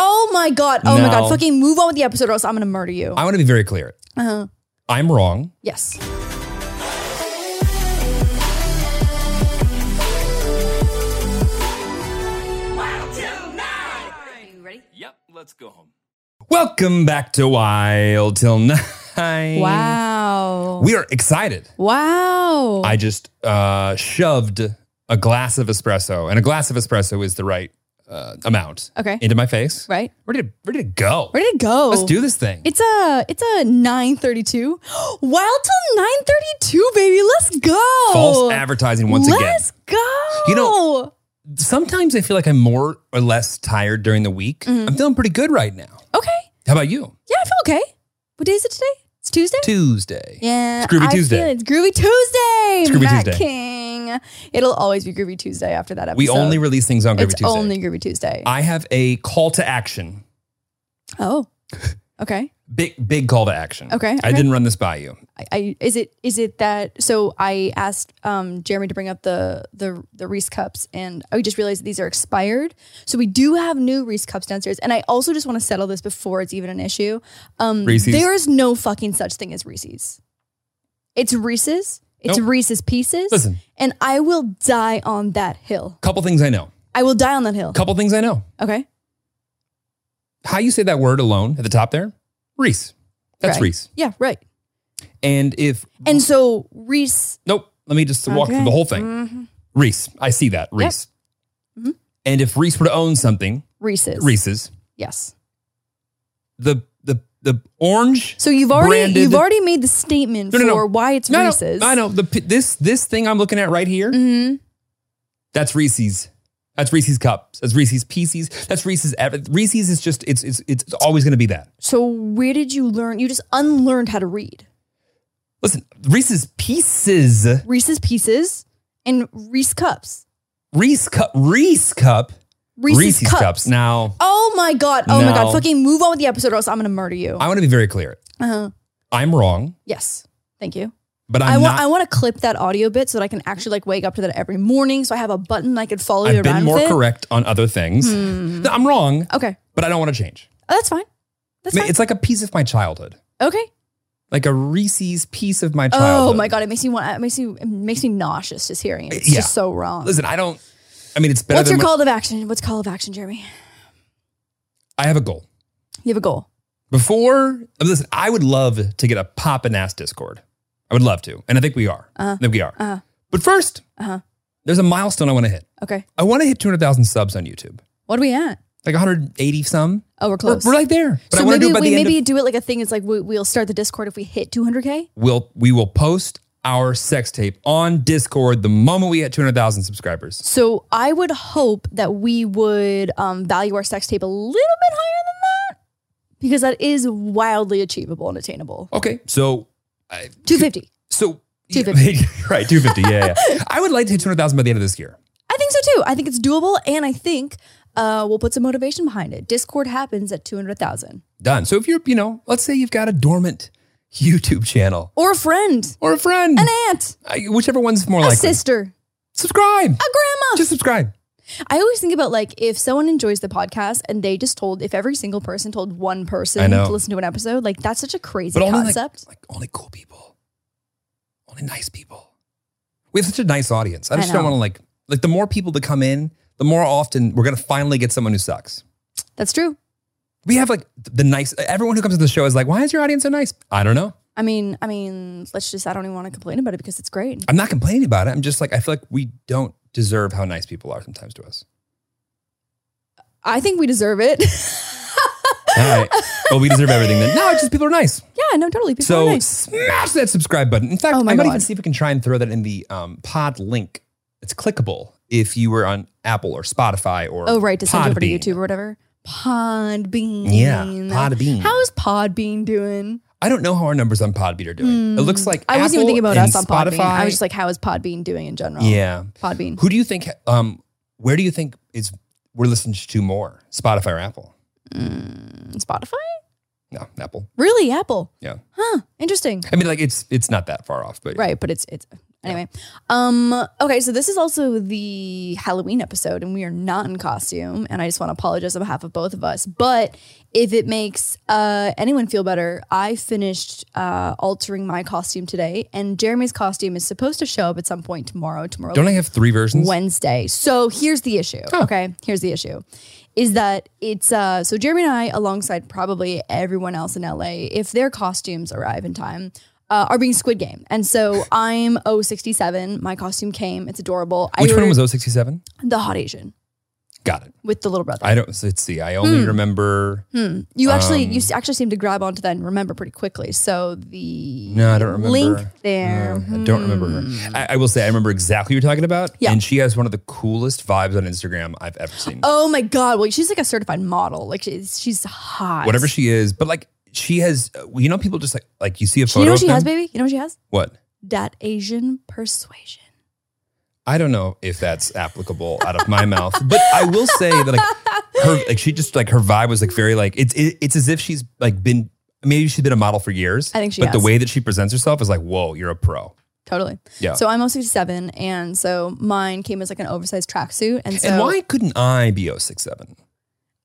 my god. Oh my No. god. Fucking move on with the episode or else I'm gonna murder you. Uh-huh. I want to be very clear. I'm wrong. yes. Yep, let's go home. Welcome back to Wild Till Nine. Wow. We are excited. wow. I just uh, shoved a glass of espresso, and a glass of espresso is the right uh, amount Okay. into my face. right. Ready to, ready to go. Where did it go? Let's do this thing. It's a it's a 932. Wild till 932, baby. Let's go. False advertising once Let's again. go. You know- Sometimes I feel like I'm more or less tired during the week. I'm feeling pretty good right now. Okay. How about you? Mm-hmm. Yeah, I feel okay. What day is it today? It's Tuesday? Tuesday. Yeah. It's Groovy I Tuesday. feel It's Groovy Tuesday. It's Groovy Matt Tuesday. King. It'll always be Groovy Tuesday after that episode. we only release things on Groovy It's Tuesday. only Groovy Tuesday. I have a call to action. oh. Okay. Big big call to action. Okay, I okay. didn't run this by you. I, I is it is it that so I asked um Jeremy to bring up the the the Reese cups and I just realized that these are expired. So we do have new Reese cups downstairs. And I also just want to settle this before it's even an issue. Um Reese's? there is no fucking such thing as Reese's. It's Reese's. It's Nope. Reese's pieces. Listen. And I will die on that hill. Couple things I know. I will die on that hill. Couple things I know. Okay. How you say that word alone at the top there? Reese. That's Right. Reese. Yeah, right. And if And so Reese nope, let me just walk through Okay. the whole thing. Mhm. Reese. I see that. Reese. Mm-hmm. And if Reese were to own something, Reese's. Reese's, Yes. the the the orange So you've already Branded- you've already made the statement No, no, no. for why it's No, Reese's. No, I know the p- this this thing I'm looking at right here. Mhm. That's Reese's. That's Reese's cups. That's Reese's pieces. That's Reese's. ev- Reese's is just it's it's it's it's always going to be that. So where did you learn? You just unlearned how to read Listen, Reese's pieces. Reese's Pieces and Reese cups. Reese cup. Reese cup. Reese's, cups. Now Oh my god! Oh my god! No. Fucking move on with the episode, or else I'm gonna murder you. I want to be very clear. Uh-huh. I'm wrong, Yes. Thank you. but i I'm want not. I want to clip that audio bit so that I can actually like wake up to that every morning. So I have a button I could follow you I've around been more with it. Hmm. correct on other things. No, I'm wrong, Okay, but I don't want to change. Oh, that's fine. That's I mean, fine. it's like a piece of my childhood, Okay. like a Reese's piece of my childhood. Oh my god! It makes me want. It makes me. It makes me nauseous just hearing it. It's Yeah. just so wrong. Listen, I don't. I mean, it's better What's than your what- call of action? What's call of action, Jeremy? I have a goal. You have a goal. Before, I mean, listen, I would love to get a poppin' ass Discord. I would love to. And I think we are. Uh-huh. I think we are. But 1st there's a milestone I want to hit. Okay. I want to hit 200,000 subs on YouTube, What are we at? like 180 some. Oh, we're We're, close. we're like there. But I so want maybe to do it by we the end. maybe Of, do it like a thing. It's like we, we'll start the Discord if we hit 200k. we'll, we will post our sex tape on Discord the moment we hit 200,000 subscribers. So I would hope that we would um, value our sex tape a little bit higher than that because that is wildly achievable and attainable. Okay. So, I, 250. so. 250. right, 250. Yeah, yeah. I would like to hit 200,000 by the end of this year. I think so too. I think it's doable, and I think uh, we'll put some motivation behind it. Discord happens at 200,000 Done. So if you're, you know, let's say you've got a dormant YouTube channel or a friend, or a friend. an aunt, I, whichever one's more a likely. sister, Subscribe. a grandma. Just subscribe. I always think about like if someone enjoys the podcast and they just told if every single person told one I person know. to listen to an episode, like that's such a crazy But only like- concept. like, only cool people. Only nice people. We have such a nice audience. I I just don't know. want to like like the more people that come in, the more often we're gonna finally get someone who sucks. that's true. We have like the nice everyone who comes to the show is like, why is your audience so nice? I don't know. I mean, I mean, let's just I don't even want to complain about it because it's great. I'm not complaining about it. I'm just like I feel like we don't deserve how nice people are sometimes to us. I think we deserve it. All right. well, we deserve everything then. No, it's just people are nice. yeah, no, totally. People so are nice. smash that subscribe button. In fact, Oh my I might God. even see if we can try and throw that in the um, pod link. It's clickable if you were on Apple or Spotify or Oh, right, to send you over to Podbean. YouTube or whatever. Podbean. Yeah, Podbean. How's Podbean doing? I don't know how our numbers on Podbean are doing. It looks like Hmm. I wasn't even Apple thinking about and us on Spotify. Podbean. I was just like, oh. how is Podbean doing in general? yeah. Podbean. Who do you think? Um, where do you think is we're listening to more, Spotify or Apple? Spotify? No, Apple. Really? Apple? Yeah. Huh. Interesting. I mean, like it's it's not that far off, but Right, but it's it's Anyway, um, okay, so this is also the Halloween episode, and we are not in costume. And I just want to apologize on behalf of both of us. But if it makes uh, anyone feel better, I finished uh, altering my costume today, and Jeremy's costume is supposed to show up at some point tomorrow. Tomorrow, Don't I have three versions? Wednesday. So here's the issue. Okay, here's the issue is that it's uh so Jeremy and I alongside probably everyone else in LA if their costumes arrive in time uh, are being Squid Game. And so I'm 067. My costume came. It's adorable. Which I one was ordered 067? the hot Asian Got it. with the little brother? I don't. so Let's see. I Hmm. only remember. you actually Um. you s- actually seem to grab onto that and remember pretty quickly. So the No, I don't remember. link there. Hmm. No, Um, I don't remember her. I, I will say I remember exactly what you're talking about. Yeah. And she has one of the coolest vibes on Instagram I've ever seen. Oh my god! Well, she's like a certified model. Like she's she's hot. Whatever she is, but like she has, uh, you know, people just like like you see a Do photo. you know what of she has, them- baby? You know what she has? What? That Asian persuasion. I don't know if that's applicable out of my mouth, but I will say that like her, like she just like her vibe was like very like it's it, it's as if she's like been maybe she's been a model for years. I think she But has. the way that she presents herself is like, whoa, you're a pro. Totally. Yeah. So I'm also 57, and so mine came as like an oversized tracksuit, and so and why couldn't I be 067?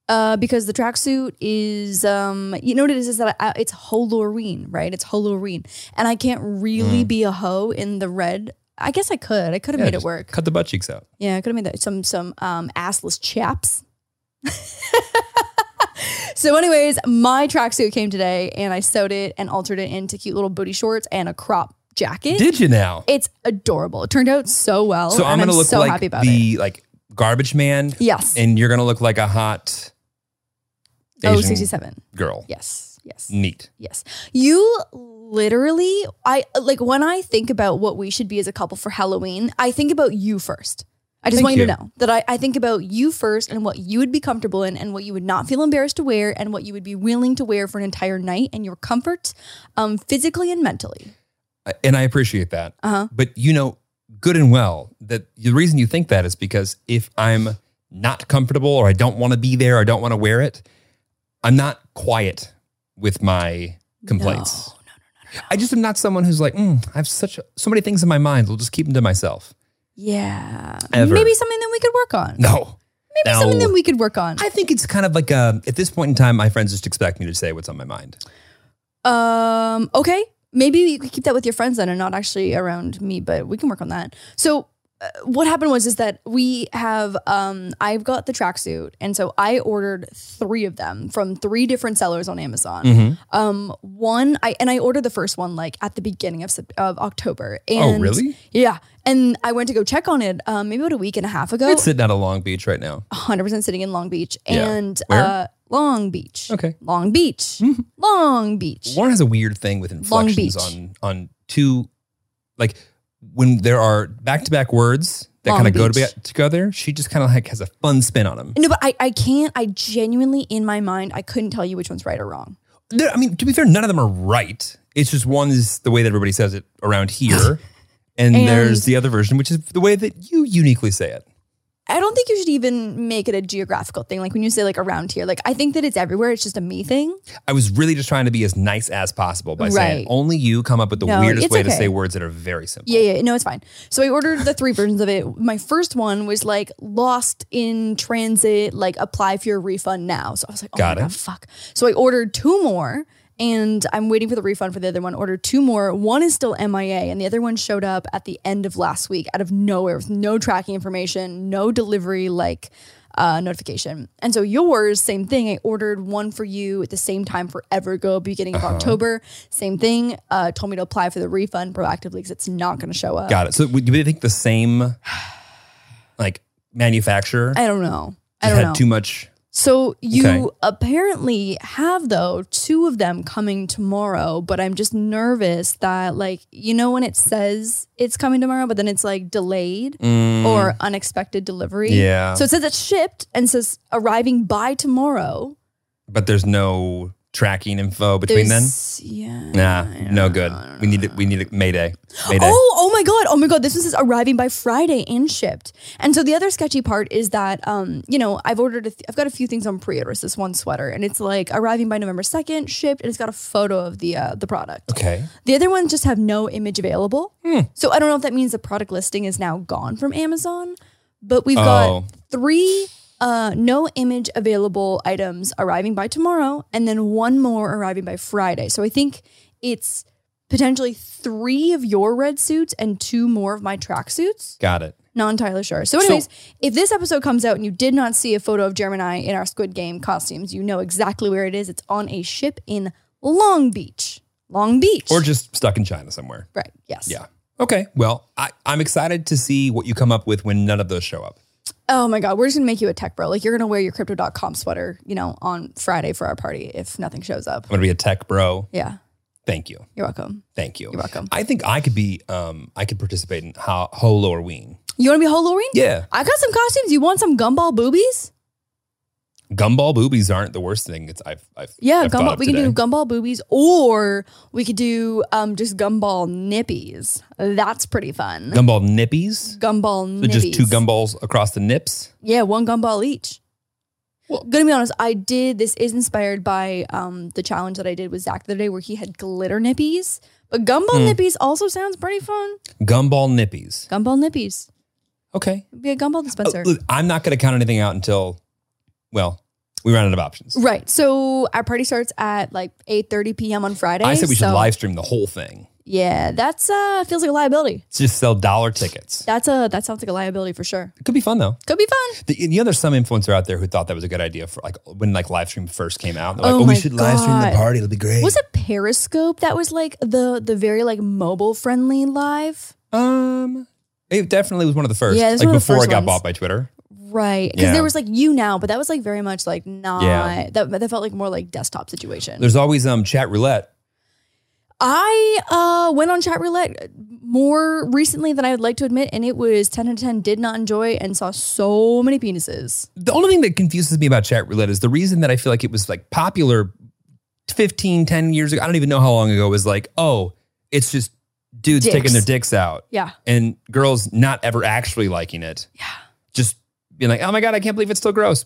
Uh, because the tracksuit is, um, you know what it is is that I, it's Halloween, right? It's Halloween, and I can't really be a hoe in the red. I guess I could. I could have Mm. Yeah, made it just work. Cut the butt cheeks out. Yeah, I could have made that some some um, assless chaps. so, anyways, my tracksuit came today, and I sewed it and altered it into cute little booty shorts and a crop jacket. Did you now? it's adorable. It turned out so well. so I'm Oh, and gonna look so like happy about it. the like garbage man, Yes. and you're gonna look like a hot Oh, Asian 67. girl. Yes. Yes. Neat. Yes. You literally, I like when I think about what we should be as a couple for Halloween, I think about you first. I just Thank want you, you. to know that I, I think about you first and what you would be comfortable in and what you would not feel embarrassed to wear and what you would be willing to wear for an entire night and your comfort um, physically and mentally. I- and I appreciate that. Uh-huh. But you know, good and well that the reason you think that is because if I'm not comfortable or I don't want to be there, I don't want to wear it, I'm not quiet with my complaints. No. I just am not someone who's like, mm, I have such so many things in my mind. I'll just keep them to myself. Yeah. Ever. Maybe something that we could work on. No. Maybe no. something that we could work on. I think it's kind of like a, at this point in time, my friends just expect me to say what's on my mind. Um, okay. Maybe you could keep that with your friends then and not actually around me, but we can work on that. So uh, what happened was is that we have um I've got the tracksuit and so I ordered 3 of them from 3 different sellers on Amazon. Mm-hmm. Um one I and I ordered the first one like at the beginning of Sep- of October. And Oh, really? Yeah. And I went to go check on it um maybe about a week and a half ago. It's sitting out of Long Beach right now. 100% sitting in Long Beach Yeah. and Where? uh Long Beach. Okay. Mm-hmm. Long Beach. Long Beach. Lauren has a weird thing with inflections Beach. on on two, like when there are back to back words that Long kind of go to Beach. be- together. She just kind of like has a fun spin on them. No, but I, I can't. I genuinely, in my mind, I couldn't tell you which one's right or wrong. There- I mean, to be fair, none of them are right. It's just one is the way that everybody says it around here, and, And- there's the other version, which is the way that you uniquely say it. I don't think you should even make it a geographical thing. Like when you say like around here, like I think that it's everywhere. It's just a me thing. I was really just trying to be as nice as possible by saying Right. only you come up with the No, weirdest it's way to okay. say words that are very simple. Yeah, yeah. No, it's fine. So I ordered the three versions of it. My first one was like lost in transit, like apply for your refund now. So I was like, oh Got my it. god, fuck. So I ordered two more. And I'm waiting for the refund for the other one. Ordered two more. One is still MIA, and the other one showed up at the end of last week out of nowhere with no tracking information, no delivery, like uh, notification. And so yours, same thing. I ordered one for you at the same time forever ago, beginning of October. Same thing. Uh, told me to apply for the refund proactively because it's not going to show up. Got it. So, do you think the same, like manufacturer, I don't know. I just don't had know. too much? so you Okay. apparently have though two of them coming tomorrow, but I'm just nervous that like you know when it says it's coming tomorrow, but then it's like delayed Mm, or unexpected delivery. Yeah. So it says it's shipped and says arriving by tomorrow. but there's no tracking info between There's- Yeah. then? Nah, no good. We need it. We need it. Mayday. Mayday. Oh, oh my god, oh my god! This one says arriving by Friday and shipped. And so the other sketchy part is that, um, you know, I've ordered, a th- I've got a few things on pre-order. It's This one sweater, and it's like arriving by November second, shipped, and it's got a photo of the uh, the product. Okay. The other ones just have no image available. Hmm. So I don't know if that means the product listing is now gone from Amazon, but we've Oh. got three uh, no image available items arriving by tomorrow and then one more arriving by Friday. So I think it's potentially three of your red suits and two more of my tracksuits. Got it. Not entirely sure. So, anyways, if this episode comes out and you did not see a photo of Gemini in our Squid Game costumes, you know exactly where it is. It's on a ship in Long Beach. Long Beach. Or just stuck in China somewhere. Right. Yes. Yeah. Okay. Well, I, I'm excited to see what you come up with when none of those show up. Oh my God. We're just going to make you a tech bro. Like you're going to wear your crypto.com sweater, you know, on Friday for our party if nothing shows up. I'm gonna be a tech bro. Yeah. Thank you. You're welcome. Thank you. You're welcome. I think I could be. Um, I could participate in ho- Holo or Ween. You want to be Halloween? Yeah. I got some costumes. You want some gumball boobies? Gumball boobies aren't the worst thing. It's I've. I've Yeah, I've thought gumball. of We can today. do gumball boobies, or we could do um, just gumball nippies. That's pretty fun. gumball nippies. gumball So nippies. just two gumballs across the nips. Yeah, one gumball each. Well- Well, gonna be honest, I did. This is inspired by um, the challenge that I did with Zach the other day, where he had glitter nippies. But gumball Hmm. nippies also sounds pretty fun. Gumball nippies. Gumball nippies. Okay. It'd be a gumball Oh, dispenser. look, I'm not going to count anything out until, well, we run out of options. right. So our party starts at like eight thirty p.m. on Friday. I said we should so- live stream the whole thing. Yeah, that's uh feels like a liability. Just sell dollar tickets. That's a that sounds like a liability for sure. It could be fun though. Could be fun. The, you know, there's some influencer out there who thought that was a good idea for like when like live stream first came out. They're like, Oh oh, we my should live stream the God. party. It'll be great. Was it Periscope that was like the the very like mobile friendly live? Um, it definitely was one of the first. Yeah, it like was one of the before first it got ones. bought by Twitter. Right. Because Yeah. there was like you now, but that was like very much like not Yeah. that that felt like more like desktop situation. There's always um chat roulette. I uh went on chat roulette more recently than I would like to admit, and it was ten out of ten, did not enjoy and saw so many penises. The only thing that confuses me about chat roulette is the reason that I feel like it was like popular 15, 10 years ago. I don't even know how long ago was like, oh, it's just dudes Dicks. taking their dicks out. Yeah. and girls not ever actually liking it. Yeah. Just being like, oh my God, I can't believe it's still gross.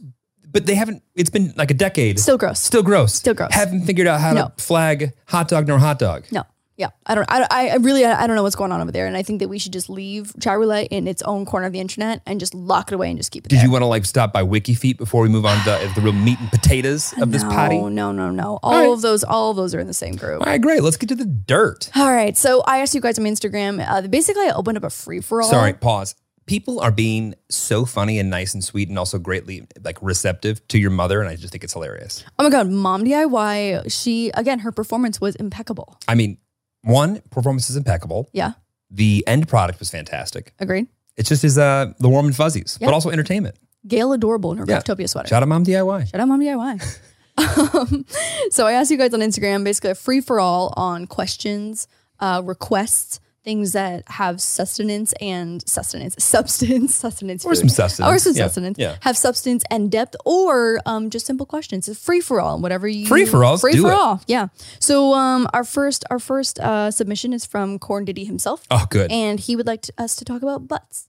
But they haven't, it's been like a decade. Still gross. Still gross. Still gross. Haven't figured out how No. to flag hot dog nor hot dog. No. Yeah. I don't, I, I- I really, I don't know what's going on over there. And I think that we should just leave chat roulette in its own corner of the internet and just lock it away and just keep it Did there. you want to like stop by Wiki Feet before we move on to the real meat and potatoes of this no, potty? All No, no, no. All, right. of those, all of those are in the same group. right, great. Let's get to the dirt. All right. So I asked you guys on Instagram. Uh, basically, I opened up a free for all. Sorry, pause. People are being so funny and nice and sweet and also greatly like receptive to your mother. And I just think it's hilarious. Oh my God. Mom DIY. She, again, her performance was impeccable. I mean, one, performance is impeccable. Yeah. The end product was fantastic. Agreed. It's just his uh the warm and fuzzies, Yeah. but also entertainment. Gail adorable in her Yeah. Craftopia sweater. Shout out Mom DIY. Shout out Mom DIY. um, so I asked you guys on Instagram basically a free for all on questions, uh, requests, things that have sustenance and sustenance, substance, sustenance, Or food. some sustenance. or some Yeah. sustenance, Yeah. have substance and depth, or um, just simple questions. It's free for all, whatever you Free for all, let's free do for it. all. Yeah. So um, our first, our first uh, submission is from Corn Diddy himself, Oh, good. and he would like to, us to talk about butts,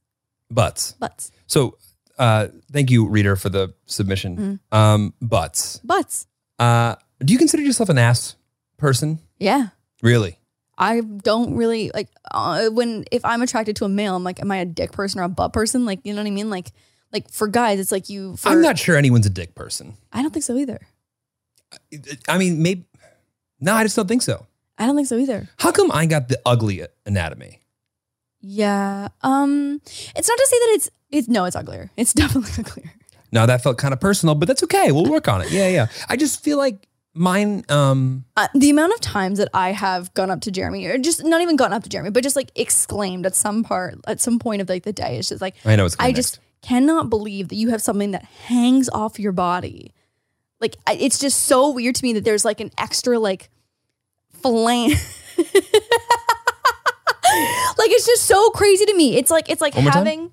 Butts. butts, So uh thank you, reader, for the submission. Mm-hmm. Um, butts. butts. Uh do you consider yourself an ass person? Yeah. Really? I don't really like uh, when if I'm attracted to a male, I'm like, am I a dick person or a butt person? Like, you know what I mean? Like, like for guys, it's like you. For, I'm not sure anyone's a dick person. I don't think so either. I mean, maybe no, I just don't think so. I don't think so either. How come I got the ugly anatomy? Yeah. Um. It's not to say that it's it's no, it's uglier. It's definitely uglier. Now that felt kind of personal, but that's okay. We'll work on it. Yeah, yeah. I just feel like mine um Uh, the amount of times that I have gone up to Jeremy, or just not even gone up to Jeremy, but just like exclaimed at some part, at some point of like the day, it's just like I know it's I coming just next. cannot believe that you have something that hangs off your body. Like I, it's just so weird to me that there's like an extra like flame. like it's just so crazy to me. It's like it's like One more time? having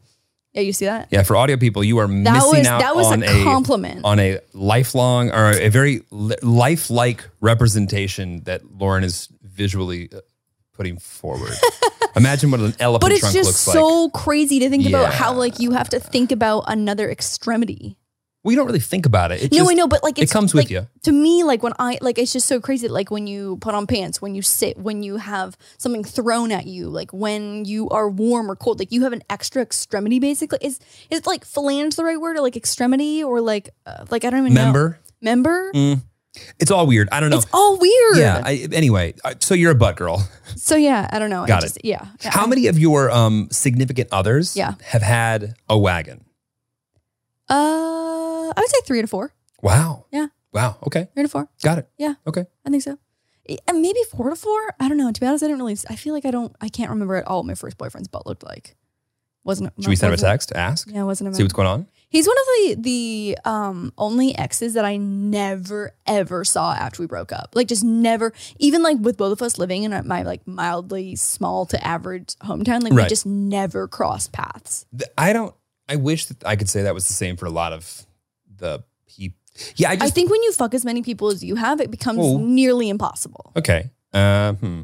Yeah, you see that? Yeah, for audio people, you are That missing was out that was on a compliment. on a lifelong or a very li- lifelike representation that Lauren is visually uh, putting forward. Imagine what an elephant but it's trunk just looks like. so crazy to think about how Yeah. like you have to think about another extremity. We don't really think about it. It no, just- I know, but like it it's, comes with like, you. To me, like when I like, it's just so crazy. that, Like when you put on pants, when you sit, when you have something thrown at you, like when you are warm or cold, like you have an extra extremity. Basically, is is like phalange the right word or like extremity or like uh, like I don't even know. Member, Mm. Member. it's all weird. I don't know. It's all weird. yeah. I, anyway, I- so you're a butt girl. so yeah, I don't know. Got it. just, Yeah. yeah. How many of your um, significant others Yeah. have had a wagon? Uh, I would say three to four. Wow. Yeah. Wow. Okay. Three to four. Got it. Yeah. Okay. I think so. Eh, And maybe four to four. I don't know. To be honest, I didn't really. I feel like I don't. I can't remember at all what my first boyfriend's butt looked like. Wasn't Should we send him a wasn't- text? Ask. Yeah, it wasn't See him. what's going on. He's one of the the um only exes that I never ever saw after we broke up. Like just never. Even like with both of us living in my like mildly small to average hometown, like Right. we just never crossed paths. Th- I don't. I wish that I could say that was the same for a lot of the people. Yeah. I I just think when you fuck as many people as you have, it becomes Oh. nearly impossible. Okay. Uh, hmm.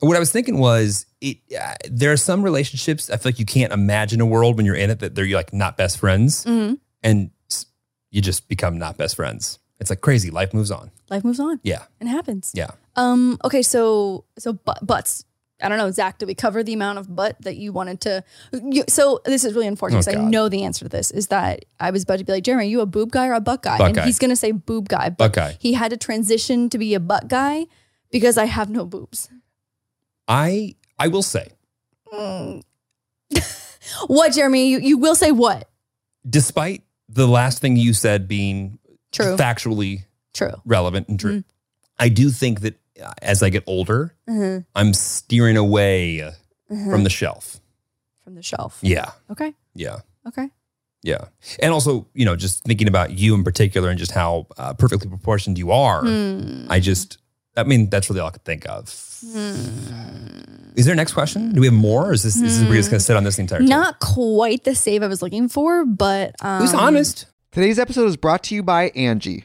What I was thinking was, it. Uh, there are some relationships I feel like you can't imagine a world when you're in it that they're like not best friends, Mhm. and s- you just become not best friends. It's like crazy. Life moves on. Life moves on. Yeah. It happens. Yeah. Um. Okay. So so but, butts. I don't know, Zach. Did we cover the amount of butt that you wanted to? You, so this is really unfortunate Oh, because I God. know the answer to this is that I was about to be like, Jeremy, are you a boob guy or a butt guy? Butt and guy. he's gonna say boob guy, but Okay. he had to transition to be a butt guy because I have no boobs. I I will say. Mm. what, Jeremy? You, you will say what? despite the last thing you said being True. Mm-hmm. factually True. relevant and true, I do think that uh, as I get older, Uh-huh. I'm steering away uh, Uh-huh. from the shelf. From the shelf. Yeah. Okay. Yeah. Okay. Yeah. And also, you know, just thinking about you in particular and just how uh, perfectly proportioned you are, Hmm. I just, I mean, that's really all I could think of. Hmm. Is there a next question? Do we have more? Or is this, is this we're just going to sit on this the entire time? Not quite the save I was looking for, but um, Who's honest? Today's episode is brought to you by Angie.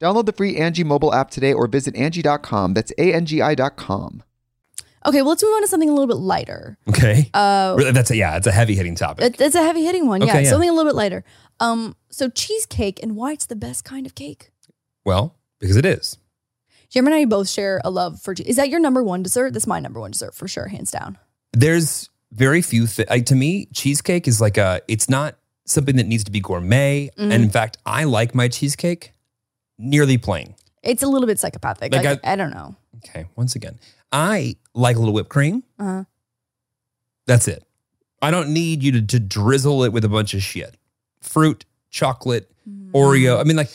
Download the free Angie mobile app today or visit Angie.com. That's A N G I.com. Okay, well, let's move on to something a little bit lighter. Okay. Uh, Really, that's a, yeah, it's a heavy hitting topic. it- it's a heavy hitting one. Okay, yeah, yeah. something a little bit lighter. Um, so cheesecake and why it's the best kind of cake. well, because it is. Jim and I both share a love for. che- Is that your number one dessert? That's my number one dessert for sure, hands down. there's very few thi- like, to me cheesecake is like a it's not something that needs to be gourmet and Mm-hmm. in fact i like my cheesecake nearly plain It's a little bit psychopathic. Like, Like, I, don't know. okay once again i like a little whipped cream Uh-huh. that's it i don't need you to, to drizzle it with a bunch of shit fruit chocolate oreo i mean like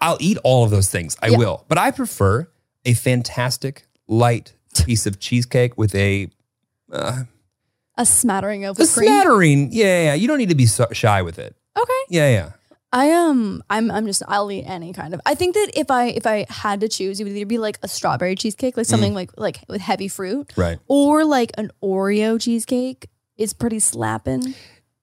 i'll eat all of those things i Mm-hmm. Yeah. will but i prefer a fantastic light piece of cheesecake with a uh, A smattering of a whipped cream. smattering yeah, yeah yeah you don't need to be so- shy with it okay. Yeah, yeah. I am. I'm. I'm just. I'll eat any kind of. I think that if I if I had to choose, it would either be like a strawberry cheesecake, Mm. like something like like with heavy fruit, Right. or like an Oreo cheesecake. It's pretty slapping.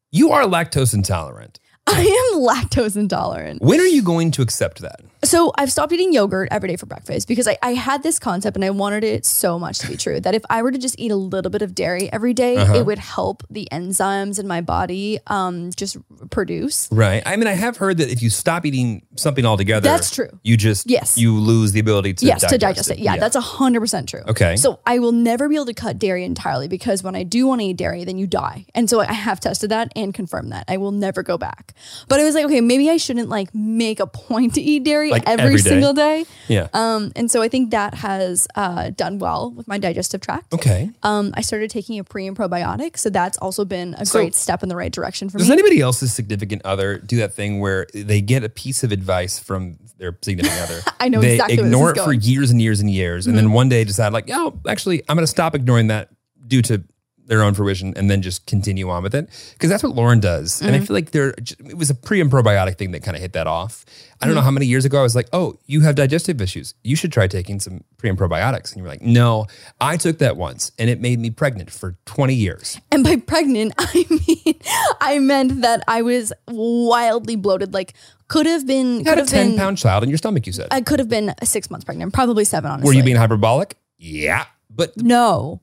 You are lactose intolerant. I am lactose intolerant. When are you going to accept that? So I've stopped eating yogurt every day for breakfast because I, I had this concept and I wanted it so much to be true that if I were to just eat a little bit of dairy every day, Uh-huh. it would help the enzymes in my body um, just produce. Right. I mean, I have heard that if you stop eating something altogether, That's true. You just Yes. you lose the ability to yes, digest to digest it. Yeah, that's a hundred percent true. Okay. So I will never be able to cut dairy entirely because when I do want to eat dairy, then you die. And so I have tested that and confirmed that I will never go back. But I was like, okay, maybe I shouldn't like make a point to eat dairy Like every, every day. single day. yeah. Um, and so I think that has uh, done well with my digestive tract. okay. Um, I started taking a pre and probiotic, so that's also been a So- great step in the right direction for Does me. anybody else's significant other do that thing where they get a piece of advice from their significant other? I know they exactly where this ignore is it for going. Mm-hmm. years and years and years, and then one day decide like, oh, actually, I'm going to stop ignoring that due to their own fruition, and then just continue on with it because that's what Lauren does. And I Mm-hmm. feel like there it was a pre and probiotic thing that kind of hit that off. I don't Mm-hmm. know how many years ago I was like, oh, you have digestive issues, you should try taking some pre and probiotics, and you were like, no, I took that once, and it made me pregnant for 20 years. and by pregnant, I mean I meant that I was wildly bloated. Like could have been, You had could a have 10 been, pound child in your stomach, you said. I could have been six months pregnant, probably seven. Honestly, Were you being hyperbolic? Yeah. But no,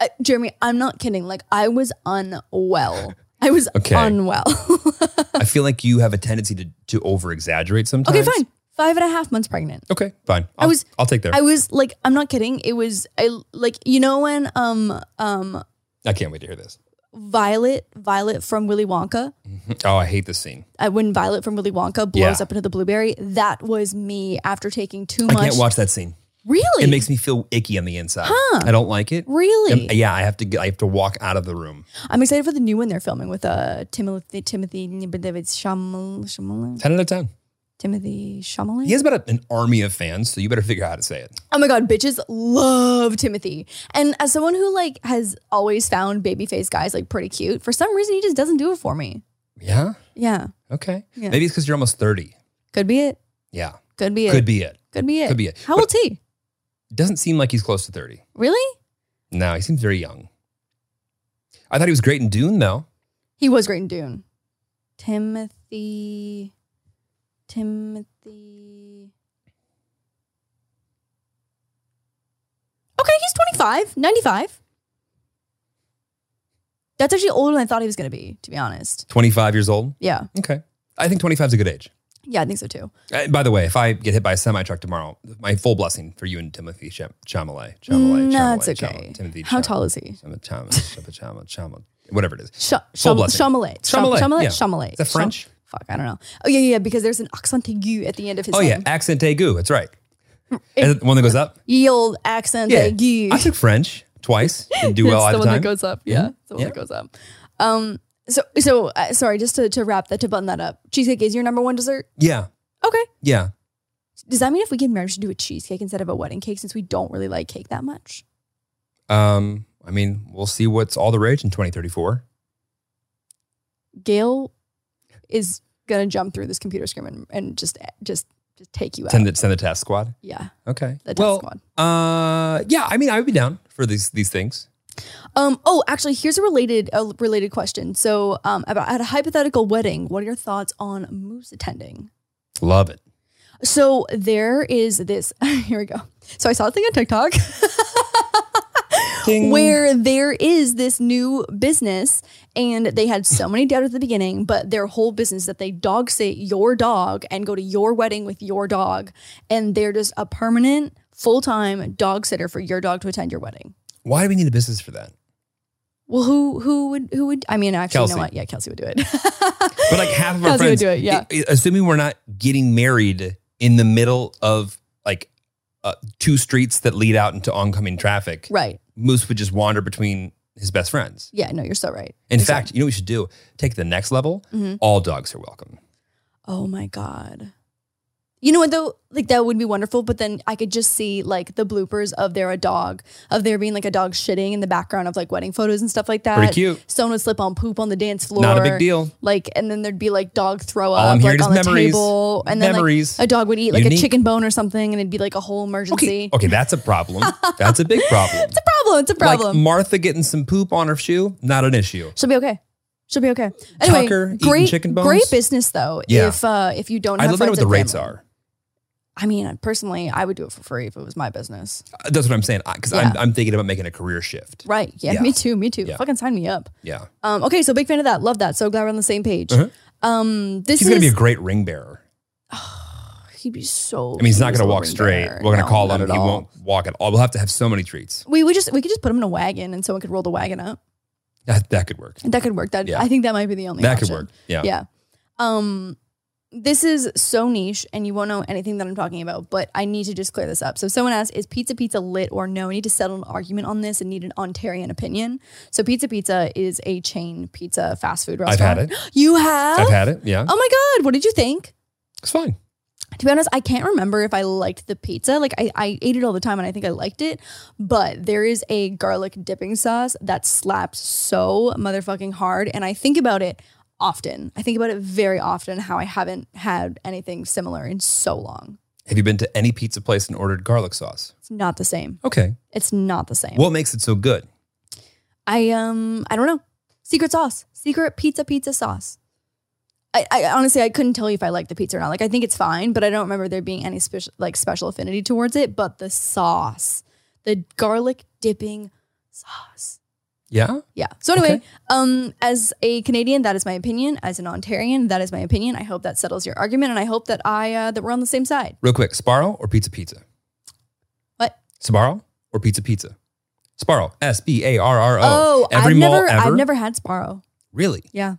uh, Jeremy? I'm not kidding. Like I was unwell. I was Okay. unwell. I feel like you have a tendency to, to over exaggerate sometimes. okay, fine. Five and a half months pregnant. Okay, fine. I'll, was- I'll take there. I I, was like, I'm not kidding. It was I like you know when um um can't wait to hear this. Violet Violet from Willy Wonka Oh, I hate this scene. uh, when Violet from Willy Wonka blows Yeah. up into the blueberry. That was me after taking too I much. can't watch that scene. Really? It makes me feel icky on the inside. I don't like it. Really? Um, yeah, I have to. get- I have to walk out of the room. I'm excited for the new one they're filming with uh Timothy Timothy Chalamet Chalamet Ten out of ten. Timothy Chalamet. He has about a- an army of fans, so you better figure out how to say it. Oh my god, bitches love Timothy. And as someone who like has always found babyface guys like pretty cute, for some reason he just doesn't do it for me. Yeah. Yeah, Okay. Yeah. Maybe it's because you're almost thirty. could be it. Yeah. Could be it. Could be it. Could be it. Could be it. How But- old's he? Doesn't seem like he's close to thirty. Really? No, he seems very young. I thought he was great in Dune, though. He was great in Dune. Timothy. Timothy. Okay, he's 25, 95. That's actually older than I thought he was going to be, to be honest. Twenty-five years old. Yeah. Okay. I think 25 is a good age. Yeah, I think so too. Uh, by the way, if I get hit by a semi truck tomorrow, my full blessing for you and Timothy Cham- Chalamet. Chalamet. Mm, no, it's Chalamet, okay. Chalamet, Timothy How Chalamet, tall is he? Chalamet, Chalamet, Chalamet, Chalamet, Chalamet, whatever it is. Sh- Full Cham- blessing. Chamelet. Cham- Chamelet, Chamelet. yeah. Chamelet. Is that Cham- French? Fuck, I don't know. Oh, yeah, yeah, yeah, because there's an accent aigu at the end of his Oh, name. yeah. Accent aigu. That's right. Is it the one that goes up? Ye old accent Yeah. aigu. I took French twice. Didn't do well That's either the one time. that goes up. Yeah, Mhm. it's the one Yeah. that goes up. Um, so so uh, sorry, just to, to wrap that to button that up. Cheesecake is your number one dessert. yeah. Okay. Yeah. Does that mean if we get married, we should do a cheesecake instead of a wedding cake since we don't really like cake that much? Um, I mean, we'll see what's all the rage in 2034. Gail is gonna jump through this computer screen and, and just just just take you out. Send the, send the task squad. yeah, Okay. the test well, squad. uh, yeah, I mean, I would be down for these, these things. Um. Oh, actually, here's a related a related question. So, um, about at a hypothetical wedding, what are your thoughts on moose attending? Love it. So there is this. Here we go. So I saw a thing on TikTok Ding. where there is this new business, and they had so many doubters at the beginning, but their whole business is that they dog sit your dog and go to your wedding with your dog, and they're just a permanent, full time dog sitter for your dog to attend your wedding. Why do we need a business for that? Well, who who would who would? I mean, actually, you Kelsey. know what? Yeah, Kelsey would do it. But like half of our Kelsey friends, would do it. Yeah. i- i- assuming we're not getting married in the middle of like uh, two streets that lead out into oncoming traffic, right. Moose would just wander between his best friends. Yeah. No, you're so right. In You're so fact, you know what we should Mm-hmm. do? Take it to the next level. Mhm. All dogs are welcome. Oh my God. You know what though? Like that would be wonderful, but then I could just see like the bloopers of there a dog, of there being like a dog shitting in the background of like wedding photos and stuff like that. Pretty cute. Someone would slip on poop on the dance floor. Not a big deal. Like, and then there'd be like dog throw I'm up like hearing is on the memories. table, and then Memories. like a dog would eat like Unique. a chicken bone or something, and it'd be like a whole emergency. Okay, okay, that's a problem. That's a big problem. It's a problem. It's a problem. Like Martha getting some poop on her shoe, not an issue. She'll be okay. She'll be okay. Anyway, Tucker eating great, chicken bones? great business though. Yeah. If uh, if you don't, I have love to know friends what the and rates family. are. I mean, personally, I would do it for free if it was my business. Uh, That's what I'm saying. Because I'm, Yeah. I'm thinking about making a career shift. Right? Yeah. Yeah. Me too. Me too. Yeah. Fucking sign me up. Yeah. Um, okay, so big fan of that. Love that. So glad we're on the same page. Uh-huh. Um, this He's is going to be a great ring bearer. he'd be so. I mean, he's not he's going to walk over straight. there. We're going to No, call not him. at He all. won't walk at all. We'll have to have so many treats. We would just we could just put him in a wagon and someone could roll the wagon up. Ah, That, that could work. That could work. That Yeah. I think that might be the only That could option. work. Yeah. Yeah. Um, this is so niche, and you won't know anything that I'm talking about. But I need to just clear this up. So someone asked, "Is pizza pizza lit or no?" I need to settle an argument on this and need an Ontarian opinion. So pizza pizza is a chain pizza fast food I've restaurant. had it. You have? I've had it. Yeah. Oh my god! What did you think? It's fine. To be honest, I can't remember if I liked the pizza. Like I, I ate it all the time and I think I liked it. But there is a garlic dipping sauce that slaps so motherfucking hard. And I think about it often. I think about it very often how I haven't had anything similar in so long. Have you been to any pizza place and ordered garlic sauce? It's not the same. Okay. It's not the same. What makes it so good? I um I don't know. Secret sauce. Secret pizza pizza sauce. I, I honestly I couldn't tell you if I like the pizza or not. Like I think it's fine, but I don't remember there being any special like special affinity towards it. But the sauce, the garlic dipping sauce. Yeah. Yeah. So anyway, Okay. um, as a Canadian, that is my opinion. As an Ontarian, that is my opinion. I hope that settles your argument, and I hope that I uh, that we're on the same side. Real quick, Sparrow or Pizza Pizza? What? Sparrow or Pizza Pizza? Sparrow. S B A R R O. Oh, I've never I've never had Sparrow. Really? Yeah.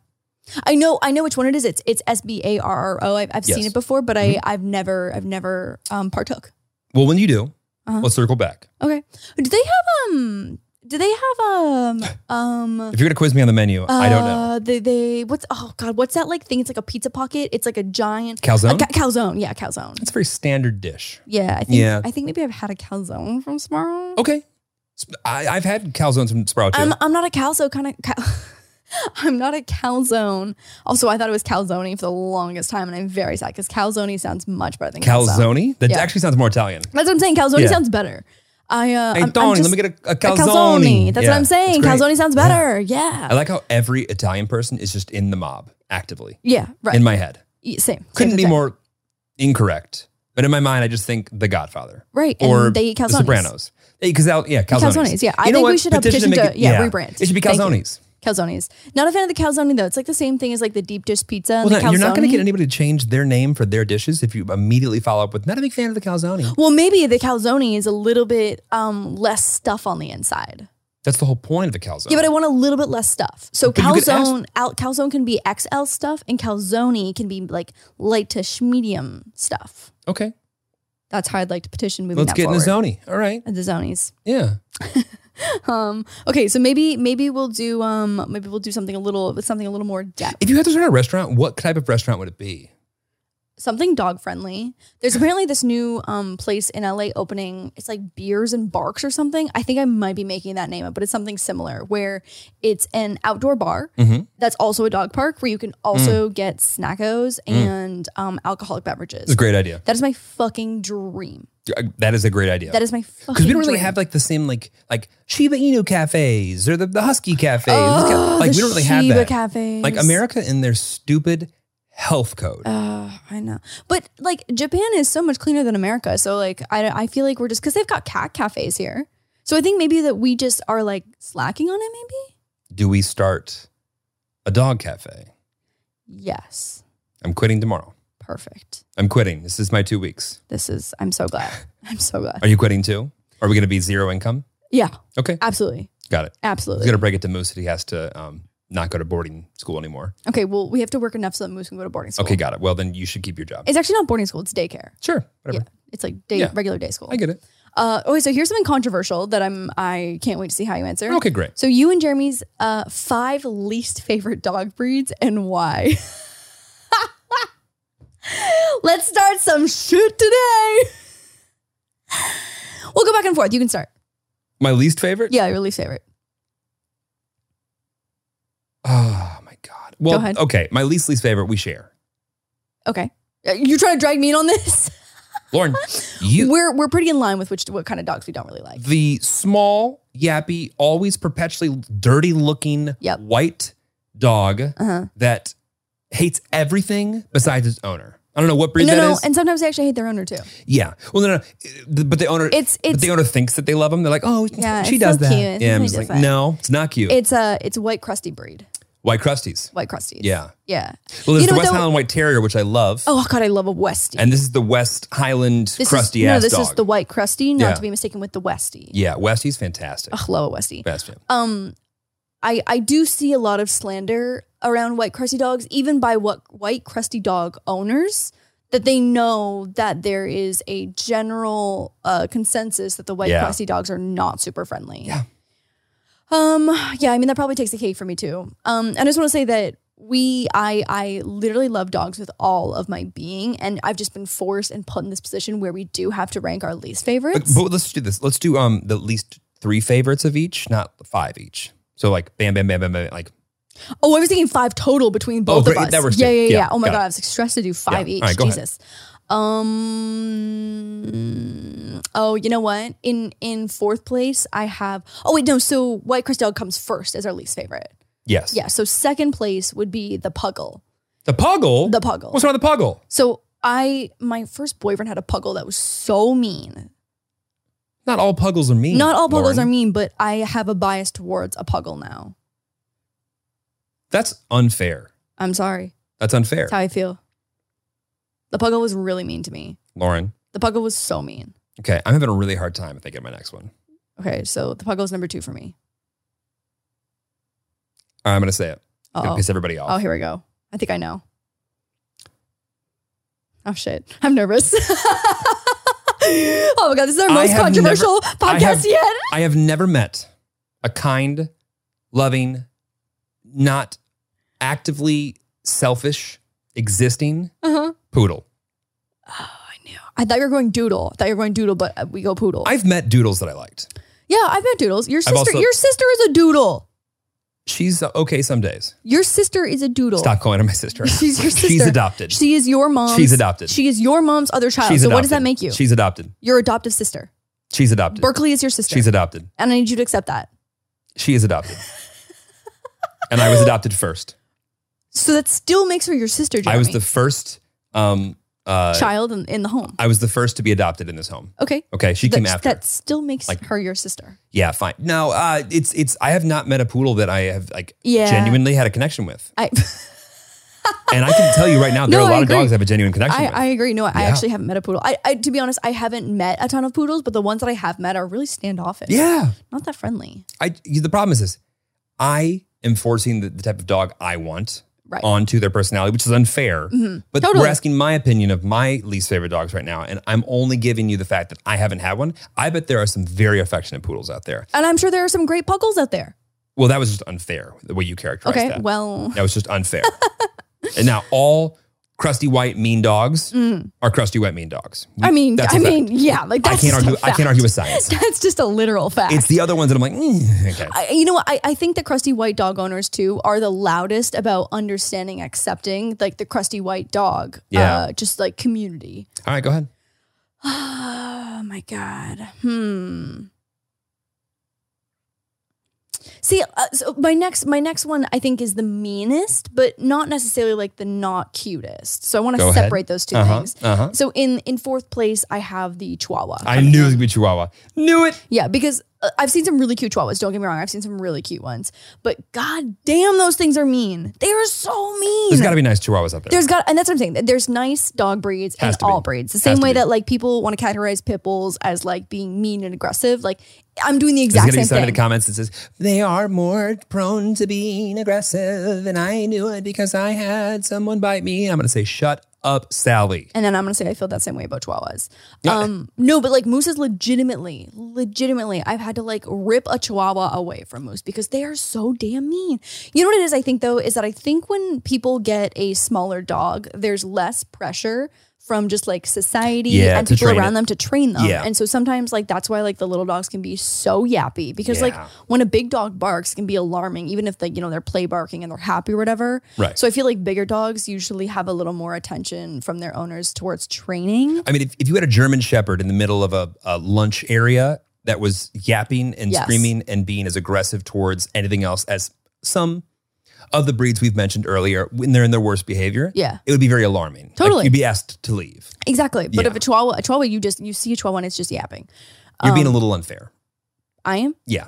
I know I know which one it is. It's it's S B A R R O. I've, I've seen Yes. Mm-hmm. it before, but I I've never I've never um partook. Well, when you do, Uh-huh. let's circle back. Okay. Do they have um do they have um um If you're gonna quiz me on the menu, I don't know. uh, They, they what's oh god, what's that like thing? It's like a pizza pocket. It's like a giant a Calzone. ca- calzone. Yeah, calzone. It's a very standard dish. Yeah, I think Yeah. Oh, I think maybe I've had a calzone from Sparrow. Okay. Sp- I, have had calzones from Sparrow too. I'm I'm not a calzo kind of cal- I'm not a calzone. Also, I thought it was calzone for the longest time, and I'm very sad because calzone sounds much better than calzone. Calzone. That Yeah. actually sounds more Italian. That's what I'm saying. Calzone Yeah. sounds better. I uh, Hey, I'm- I'm Tony, just- let me get a, a a calzone. That's Yeah, what I'm it's saying. great. Calzone sounds better. Yeah. I like how every Italian person is just in the mob actively yeah. Right. in my head. Yeah, same. Couldn't Same, be same. more incorrect. But in my mind, I just think The Godfather right. or and they eat The calzones. Sopranos. Hey, 'cause I'll- yeah, calzones. Calzones, yeah. I You know think we what? should have petition make to- yeah, rebrand. It should be Thank you. calzones. Calzones. Not a fan of the calzone though. It's like the same thing as like the deep dish pizza. And Well, the no, calzone. you're not going to get anybody to change their name for their dishes if you immediately follow up with "not a big fan of the calzone." Well, maybe the calzone is a little bit um, less stuff on the inside. That's the whole point of the calzone. Yeah, but I want a little bit less stuff. So But you could ask- calzone, al, calzone can be XL stuff, and calzone can be like lightish medium stuff. okay, That's how I'd like to petition moving let's that get in the forward. zony. All right, At the zonies. yeah. Um, okay, so maybe maybe we'll do um maybe we'll do something a little with something a little more depth. If you had to start a restaurant, what type of restaurant would it be? Something dog friendly. There's apparently this new um place in LA opening. It's like beers and barks or something. I think I might be making that name up, but it's something similar where it's an outdoor bar Mhm. that's also a dog park where you can Mm. also get snackos and um alcoholic beverages. It's a great idea. uh, That is my fucking dream. That is a great idea. That is my fucking because we don't really dream. have like the same like like Shiba Inu cafes or the, the Husky cafes. Look at- Oh, the like we don't really Shiba have that. cafes. Like America in their stupid health code. Oh, I know. But like Japan is so much cleaner than America. So like I, I feel like we're just because they've got cat cafes here. So I think maybe that we just are like slacking on it. Maybe Do we start a dog cafe? yes, I'm quitting tomorrow. perfect. I'm quitting. This is my two weeks. This is. I'm so glad. I'm so glad. Are you quitting too? Are we going to be zero income? Yeah, Okay, absolutely, got it. He's absolutely. going to break it to Moose that he has to um, not go to boarding school anymore. Okay, well we have to work enough so that Moose can go to boarding school. Okay, got it. Well, then you should keep your job. It's actually not boarding school. It's daycare. sure, whatever. Yeah, it's like day Yeah. regular day school. I get it. Uh, okay, so here's something controversial that I'm. I can't wait to see how you answer. Okay, great. So you and Jeremy's uh, five least favorite dog breeds and why? Let's start some shit today. we'll go back and forth. You can start. My least favorite? Yeah, your least favorite. Oh my god. Well, ahead. okay. My least least favorite we share. Okay. Uh, You're trying to drag me in on this? Lauren, you We're we're pretty in line with which what kind of dogs we don't really like. the small, yappy, always perpetually dirty looking Yep. white dog Uh-huh. that hates everything besides its owner. I don't know what breed no, that is. no, and sometimes they actually hate their owner too. yeah. Well, no, no. no. But the owner, It's but it's the owner thinks that they love him. They're like, oh, Yeah, she it's does so that. cute. It's Yeah, I'm really just like, different. no, it's not cute. it's a it's a white crusty breed, White crusties. white crusty. Yeah. yeah. Well, You know there's the what, West though- Highland White Terrier, which I love, Oh God, I love a Westie. and this is the West Highland this crusty is, ass No, this dog. is the white crusty, not Yeah. to be mistaken with the Westie. yeah, Westie's fantastic. Ugh, love a Westie. Best fan. Um, I I do see a lot of slander around white crusty dogs, even by what white crusty dog owners that they know that there is a general uh, consensus that the white Yeah. crusty dogs are not super friendly. Yeah. Um. Yeah. I mean, that probably takes the cake for me too. Um. And I just want to say that we, I, I literally love dogs with all of my being, and I've just been forced and put in this position where we do have to rank our least favorites. But let's do this. Let's do um the least three favorites of each, not five each. So like bam, bam, bam, bam, bam. Like Oh, I was thinking five total between both great. of us. That works yeah, too. yeah, yeah, Yeah, Oh my got god, it. I was stressed to do five Yeah. each. All right, go ahead. Jesus. Um. Oh, you know what? In in fourth place, I have. Oh wait, no. So White Crest Dog comes first as our least favorite. yes, Yeah. So second place would be the Puggle. The puggle. The Puggle. What's wrong with the puggle? So I, my first boyfriend had a Puggle that was so mean. Not all puggles are mean. Not all Puggles Lauren. are mean, but I have a bias towards a Puggle now. That's unfair. I'm sorry. That's unfair, That's how I feel. The Puggle was really mean to me. Lauren. The Puggle was so mean. Okay, I'm having a really hard time thinking of my next one. Okay, so the Puggle's number two for me. All right, I'm gonna say it. It's gonna Oh, piss everybody off. oh, here we go. I think I know. Oh shit, I'm nervous. oh my god, this is our I most have controversial I podcast have- yet. I have never met a kind, loving, not actively selfish, existing Uh-huh. poodle. Oh, I knew. I thought you were going doodle. I thought you were going doodle, but uh, we go poodle. I've met doodles that I liked. yeah, I've met doodles. Your sister, also- your sister is a doodle. She's okay some days. Your sister is a doodle. Stop calling her my sister. She's your She's sister. adopted. She is your mom. She's adopted. She is your mom's other child. She's so adopted. what does that make you? She's adopted. your adoptive sister. She's adopted. Berkeley is your sister. She's adopted. and I need you to accept that. She is adopted. and I was adopted first. So that still makes her your sister. Jeremy. I was the first. Um, uh, child in, in the home. I was the first to be adopted in this home. Okay, Okay, she that, came after. that still makes Like- her your sister. yeah, fine. No, uh, it's it's. I have not met a poodle that I have like Yeah, genuinely had a connection with, I, and I can tell you right now, there No, I are a lot of agree. dogs I have a genuine connection I, with. I agree. No, I Yeah. actually haven't met a poodle. I, I to be honest, I haven't met a ton of poodles, but the ones that I have met are really standoffish. yeah, not that friendly. I. The problem is this: I am forcing the, the type of dog I want Right. onto their personality, which is unfair. Mhm. But Totally. we're asking my opinion of my least favorite dogs right now, and I'm only giving you the fact that I haven't had one. I bet there are some very affectionate poodles out there. And I'm sure there are some great puggles out there. Well, that was just unfair the way you characterized okay, that. well, that was just unfair. and now all crusty white mean dogs mm. are crusty white mean dogs. I mean, Mm, That's a I fact. mean, yeah, like I that's can't just argue. a I can't fact. argue with science. That's just a literal fact. It's the other ones that I'm like, mm, okay. I, you know what? I, I think the crusty white dog owners too are the loudest about understanding, accepting like the crusty white dog, Yeah. uh, just like community. All right, go ahead. Oh my god. Hmm. See, uh, so my next my next one I think is the meanest, but not necessarily like the not cutest. So I want Go to ahead. separate those 2 Uh huh. things. Uh huh. So in in fourth place, I have the Chihuahua. I knew it was gonna be Chihuahua. Knew it. Yeah, because uh, I've seen some really cute chihuahuas. Don't get me wrong, I've seen some really cute ones, but god damn, those things are mean. They are so mean. There's got to be nice Chihuahuas out there. There's got, and that's what I'm saying. that There's nice dog breeds Has and to be. all breeds. The same to way be. that like people want to categorize pit bulls as like being mean and aggressive. Like I'm doing the There's exact gonna be same someone thing. in the comments that says they are more prone to being aggressive, and I knew it because I had someone bite me. I'm gonna say, shut up Sally. And then I'm gonna say I feel that same way about chihuahuas. Yeah. Um, no, but like Moose is legitimately, legitimately, I've had to like rip a chihuahua away from Moose because they are so damn mean. You know what it is, I think though, is that I think when people get a smaller dog, there's less pressure from just like society Yeah, and to people train around it. them to train them. Yeah. And so sometimes like that's why like the little dogs can be so yappy because like Yeah. when a big dog barks can be alarming, even if like, you know, they're play barking and they're happy or whatever. Right. So I feel like bigger dogs usually have a little more attention from their owners towards training. I mean, if, if you had a German Shepherd in the middle of a, a lunch area that was yapping and Yes. screaming and being as aggressive towards anything else as some of the breeds we've mentioned earlier, when they're in their worst behavior, Yeah. it would be very alarming. Like, Totally. you'd be asked to leave. Exactly. But Yeah. if a chihuahua, a chihuahua, you just you see a chihuahua and it's just yapping. You're being a Um, little unfair. I am Yeah.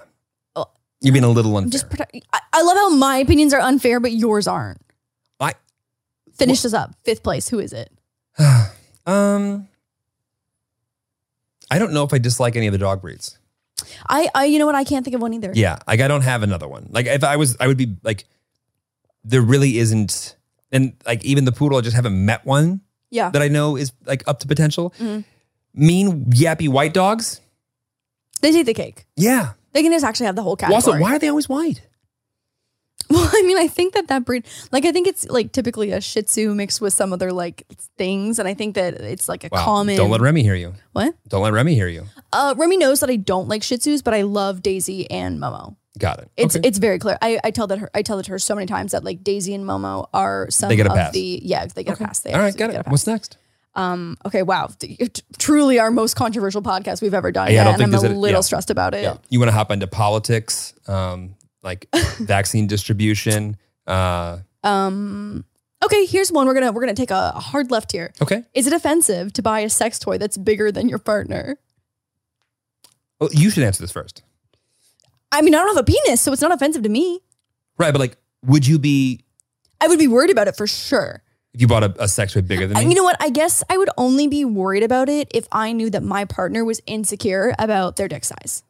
Oh. You're being a little I'm unfair. just. prote- I, I love how my opinions are unfair, but yours aren't. I- finish this up. Fifth place. Who is it? um, I don't know if I dislike any of the dog breeds. I. I. You know what? I can't think of one either. Yeah, like I don't have another one. Like if I was, I would be like, there really isn't, and like even the poodle, I just haven't met one Yeah. that I know is like up to potential. Mhm. Mean yappy white dogs. They take the cake. Yeah. They can just actually have the whole category. Also, why are they always white? Well, I mean, I think that that breed, like, I think it's like typically a Shih Tzu mixed with some other like things, and I think that it's like a common. Don't let Remy hear you. What? Don't let Remy hear you. Uh, Remy knows that I don't like Shih Tzus, but I love Daisy and Momo. Got it. It's Okay. it's very clear. I, I tell that her I tell it to her so many times that like Daisy and Momo are some They get a of pass. the yeah they get a pass. They All right, absolutely got get it. a pass. What's next? Um, okay, wow, T- t- truly our most controversial podcast we've ever done. Yeah, I don't and think I'm a there's any- little yeah. stressed about it. Yeah. You want to hop into politics, um, like vaccine distribution. Uh, Um, okay, here's one. We're gonna we're gonna take a, a hard left here. okay. Is it offensive to buy a sex toy that's bigger than your partner? Well, you should answer this first. I mean, I don't have a penis, so it's not offensive to me. Right. But like, would you be, I would be worried about it for sure. if you bought a, a sex toy bigger than me? And Uh, you know what? I guess I would only be worried about it if I knew that my partner was insecure about their dick size.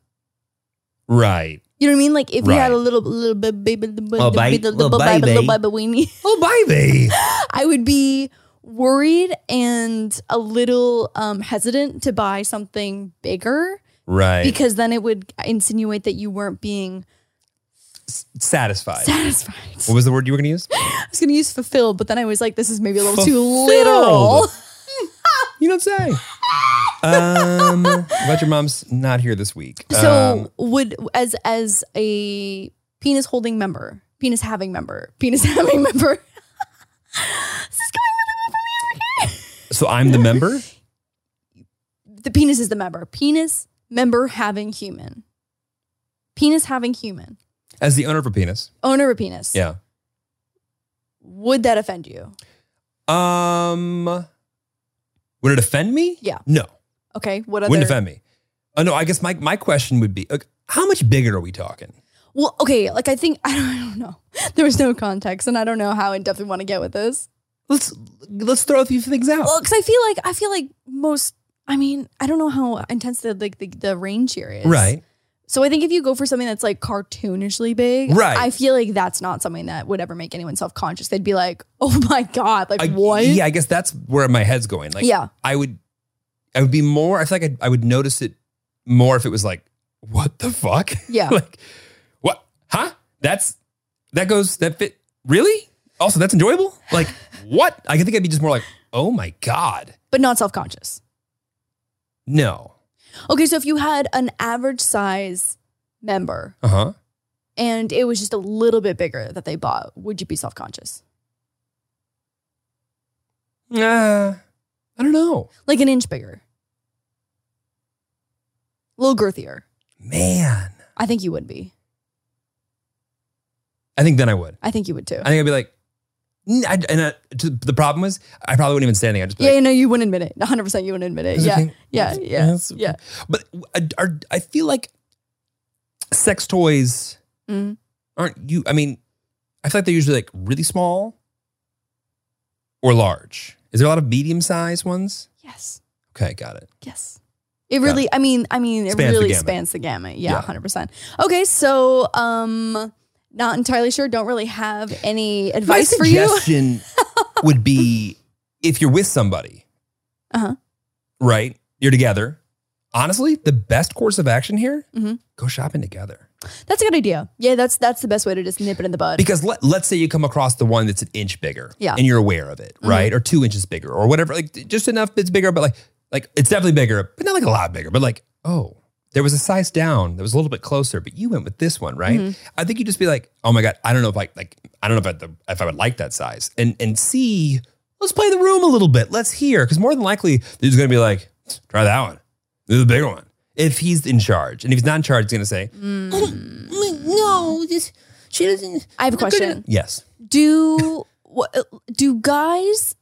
right. You know what I mean? Like if we had a Right. little little bit baby Little baby- little baby. weenie, Oh, baby. I would be worried and a little um, hesitant to buy something bigger right. because then it would insinuate that you weren't being satisfied. satisfied. what was the word you were going to use? I was gonna use fulfilled, but then I was like, this is maybe a little too Fulfilled. literal. You don't say. um, but your mom's not here this week. Um, So would as as a penis holding member, penis having member, penis having member. this is going really well for me. so I'm the member. the penis is the member. Penis member having human. Penis having human. As the owner of a penis. Owner of a penis. Yeah. Would that offend you? Um, would it offend me? Yeah. No, Okay. What wouldn't other? offend me. Oh, no, I guess my, my question would be like, how much bigger are we talking? Well, okay. Like I think I don't, I don't know. There was no context, and I don't know how in depth we want to get with this. Let's let's throw a few things out. Well, because I feel like I feel like most. I mean, I don't know how intense the like the, the range here is. right. So I think if you go for something that's like cartoonishly big, Right. I feel like that's not something that would ever make anyone self conscious. They'd be like, "Oh my god, like I, what?" Yeah, I guess that's where my head's going. Like, Yeah. I would, I would be more. I feel like I'd, I would notice it more if it was like, what the fuck? Yeah. like, what? Huh? That's that goes that fit really? Also, that's enjoyable. Like, what? I can think I'd be just more like, oh my god, but not self conscious. no. Okay, so if you had an average size member Uh huh. and it was just a little bit bigger that they bought, would you be self conscious? Uh, I don't know, Like an inch bigger, a little girthier? man. I think you would be. I think then I would. I think you would too. I think I'd be like, "Mm," I'd- and I, to- the problem was I probably wouldn't even say anything. I'd just be yeah, like, no, you wouldn't admit it. 100% you wouldn't admit it. Is it Yeah. pink? Yeah. It's- Yeah. it's- Yeah. But I, are, I feel like sex toys Mhm. aren't you. I mean, I feel like they're usually like really small or large. Is there a lot of medium sized ones? Yes. Okay, got it. Yes. It really, I mean, I mean, it Spans the really gamut. spans the gamut. Yeah, Yeah. 100%. Okay, so, um, not entirely sure. Don't really have any advice My for you. suggestion would be if you're with somebody, Uh-huh. right? You're together. Honestly, the best course of action here: Mhm. go shopping together. That's a good idea. Yeah, that's that's the best way to just nip it in the bud. Because let, let's say you come across the one that's an inch bigger, Yeah. and you're aware of it, right, or two inches bigger, or whatever, like just enough bits bigger, but like like it's definitely bigger, but not like a lot bigger, but like oh, there was a size down that was a little bit closer, but you went with this one, right? I think you just be like, oh my god, I don't know if I like I don't know if I, if I would like that size, and and see, let's play the room a little bit, let's hear, because more than likely there's gonna be like try that one, this is a bigger one. If he's in charge, and if he's not in charge, he's gonna say No, just she doesn't. I have a question. yes. Do what, do guys?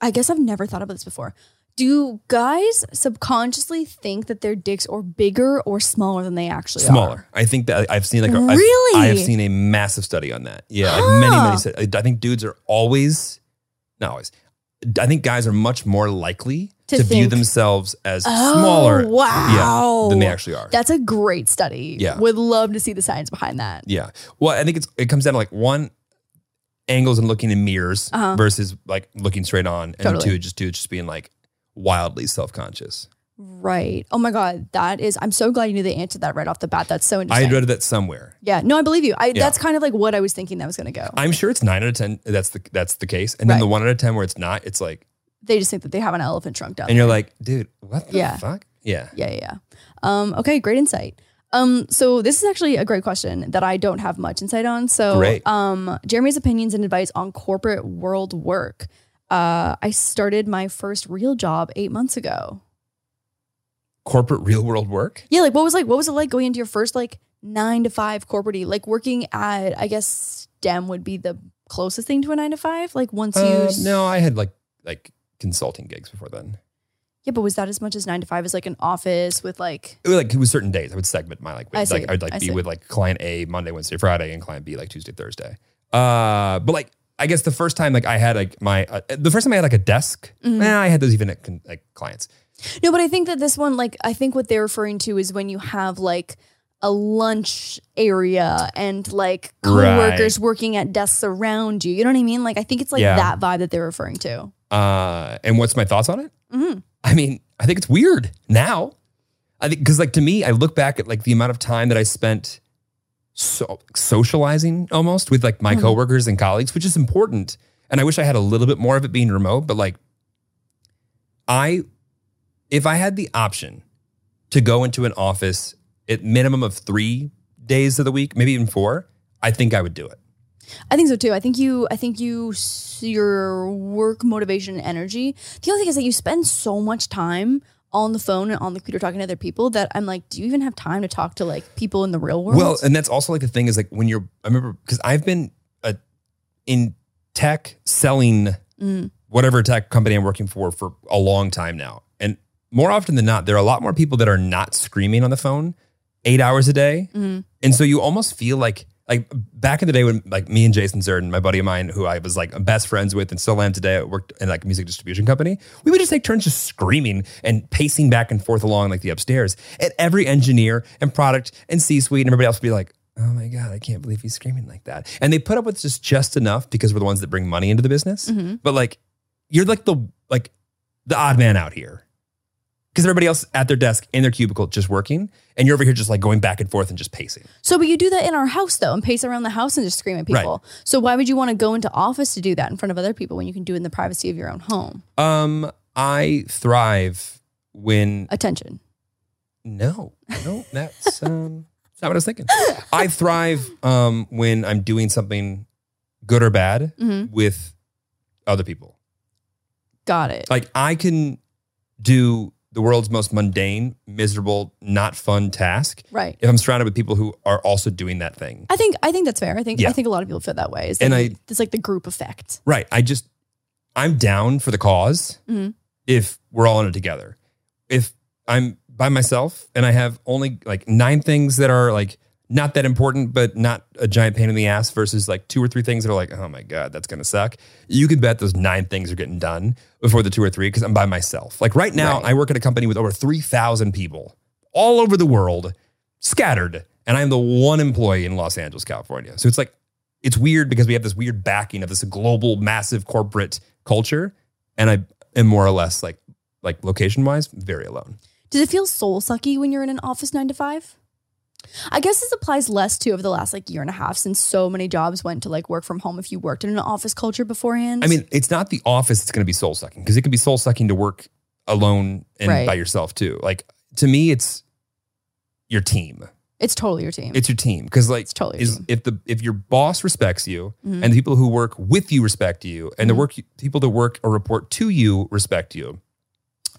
I guess I've never thought about this before. Do guys subconsciously think that their dicks are bigger or smaller than they actually smaller. are? I think that I've seen like a, Really? I've, I've seen a massive study on that. Yeah, like many Huh. many. stu- I think dudes are always, not always. I think guys are much more likely To to, view think- themathves as Oh, smaller. wow. Yeah, than they actually are. That's a great study. Yeah. Would love to see the science behind that. yeah. Well, I think it's it comes down to like one angles and looking in mirrors Uh-huh. versus like looking straight on, and Totally. two just dudes just being like wildly self conscious. Right. Oh my God. That is, I'm so glad you knew they answered that right off the bat. That's so I interesting. had read that somewhere. yeah. No, I believe you. I, Yeah. That's kind of like what I was thinking that was going to go. I'm sure it's nine out of ten. That's the that's the case, and then Right. the one out of ten where it's not, it's like they just think that they have an elephant trunk down and you're there. like, dude, what the Yeah. fuck? Yeah. yeah, yeah, yeah. Um, okay, great insight. Um, so this is actually a great question that I don't have much insight on. So, Great. um, Jeremy's opinions and advice on corporate world work. Uh, I started my first real job eight months ago. Corporate real world work. Yeah, like what was like what was it like going into your first like nine to five corporate like working at I guess STEM would be the closest thing to a nine to five. Like once you Uh, s- no, I had like like consulting gigs before then. yeah, but was that as much as nine to five as like an office with like It was like it was certain days. I would segment my like I weeks. see. like I would like I be see. with like client A Monday, Wednesday, Friday, and client B like Tuesday, Thursday. Uh, but like I guess the first time like I had like my uh, the first time I had like a desk. Mhm. Nah, I had those even at con- like clients. No, but I think that this one, like, I think what they're referring to is when you have like a lunch area and like coworkers working at desks around you. You know what I mean? Like, I think it's like Yeah. that vibe that they're referring to. Uh, and what's my thoughts on it? Mhm. I mean, I think it's weird now. I think because like to me, I look back at like the amount of time that I spent so socializing almost with like my Mhm. coworkers and colleagues, which is important. And I wish I had a little bit more of it being remote, but like I if I had the option to go into an office at minimum of three days of the week, maybe even four, I think I would do it. I think so too. I think you, I think you, s- your work motivation and energy. The only thing is that you spend so much time on the phone and on the computer talking to other people that I'm like, do you even have time to talk to like people in the real world? Well, uh, and that's also like the thing is like when you're, I remember because I've been uh in tech selling Mm. whatever tech company I'm working for for a long time now. And more often than not, there are a lot more people that are not screaming on the phone eight hours a day. Mhm. And so you almost feel like, like back in the day when like me and Jason Zerden, my buddy of mine, who I was like best friends with and still am today, I worked in like a music distribution company. We would just take turns just screaming and pacing back and forth along like the upstairs. And every engineer and product and C-suite and everybody else would be like, oh my God, I can't believe he's screaming like that. And they put up with just just enough because we're the ones that bring money into the business. Mhm. But like you're like the like the odd man out here because everybody else at their desk in their cubicle just working and you're over here just like going back and forth and just pacing So, but you do that in our house though, and pace around the house and just scream at Right. people. So why would you want to go into office to do that in front of other people when you can do it in the privacy of your own home? um i thrive when Attention. no no that's um that's not what i was thinking i thrive um when i'm doing something good or bad Mhm. with other people Got it. like i can do the world's most mundane miserable not fun task Right. if i'm surrounded with people who are also doing that thing I think I think that's fair. I think I Yeah. think a lot of people feel that way. It's And like- I- it's like the group effect. Right. I just, I'm down for the because Mhm. if we're all in it together. If I'm by myself and I have only like nine things that are like not that important, but not a giant pain in the ass versus like two or three things that are like, oh my God, that's going to suck. You can bet those nine things are getting done before the two or three because I'm by myself. Like right now, Right. I work at a company with over 3,000 people all over the world, scattered. And I'm the one employee in Los Angeles, California. So it's like, it's weird because we have this weird backing of this global massive corporate culture and I am more or less like like location wise very alone. Does it feel soul sucky when you're in an office nine to five? I guess this applies less to over the last like year and a half since so many jobs went to like work from home if you worked in an office culture beforehand. I mean, it's not the office that's going to be soul sucking because it can be soul sucking to work alone and Right. by yourself too. Like to me, it's your team. it's totally your team. It's your team because like It's totally your is team. if the if your boss respects you Mhm. and the people who work with you respect you and the Mhm. work people that work or report to you respect you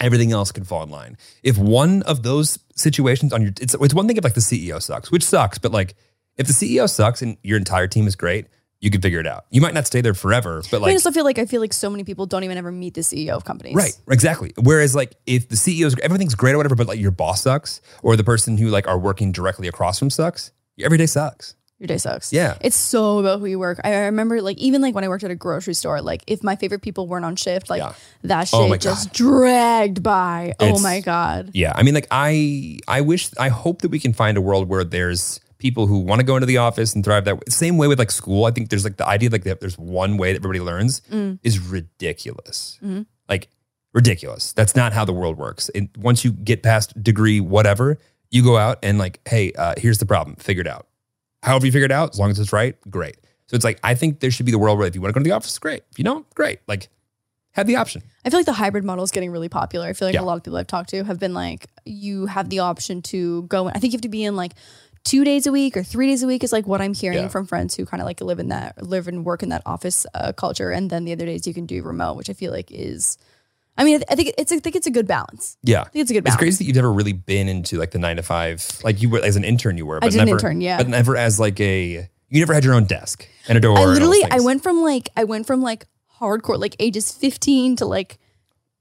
everything else can fall in line if one of those situations on your it's, it's one thing if like the ceo sucks which sucks but like if the ceo sucks and your entire team is great you can figure it out you might not stay there forever but I like also feel like I feel like so many people don't even ever meet the CEO of companies. Right, exactly. Whereas, like, if the CEO's everything's great or whatever, but like your boss sucks, or the person who like are working directly across from sucks, every day sucks. Your day sucks. Yeah. It's so about who you work. I remember like even like when I worked at a grocery store, like if my favorite people weren't on shift, like Yeah. that Oh shit my just dragged by. oh It's- my God. Yeah, I mean, like I, I wish, I hope that we can find a world where there's people who want to go into the office and thrive that way. Same way with like school. I think there's like the idea like that there's one way that everybody learns Mm. is ridiculous. Mhm. Like ridiculous. That's not how the world works. And once you get past degree whatever, you go out and like, hey, uh, here's the problem. Figure it out. However you figure it out, as long as it's right, great. So it's like I think there should be the world where if you want to go to the office, great. If you don't, great. Like have the option. I feel like the hybrid model is getting really popular. I feel like Yeah. a lot of people I've talked to have been like, you have the option to go. I think you have to be in like two days a week or three days a week is like what I'm hearing Yeah. from friends who kind of like live in that, live and work in that office uh, culture. And then the other days you can do remote, which I feel like is, I mean, I, th- I think it's, I think it's a good balance. Yeah. I think it's a good It's balance. crazy that you've never really been into like the nine to five. Like you were as an intern, you were, but I did never, an intern. Yeah. but never as like a. You never had your own desk and a door. I and all those literally I things. went from like I went from like hardcore like ages 15 to like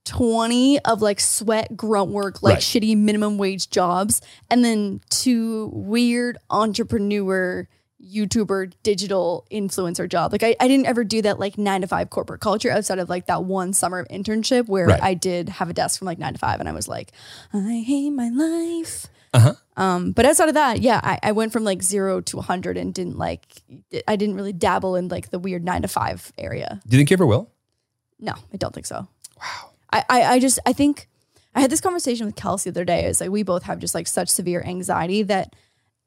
20 of like sweat grunt work like Right. shitty minimum wage jobs and then to weird entrepreneur YouTuber digital influencer job. Like I, I didn't ever do that like nine to five corporate culture outside of like that one summer of internship where Right. I did have a desk from like nine to five and I was like, I hate my life. Uh-huh. Um, but outside of that, yeah, I, I went from like zero to 100 and didn't like, I didn't really dabble in like the weird nine to five area. Do you think you ever will? No, I don't think so. Wow. I, I, I just, I think I had this conversation with Kelsey the other day. It's like we both have just like such severe anxiety that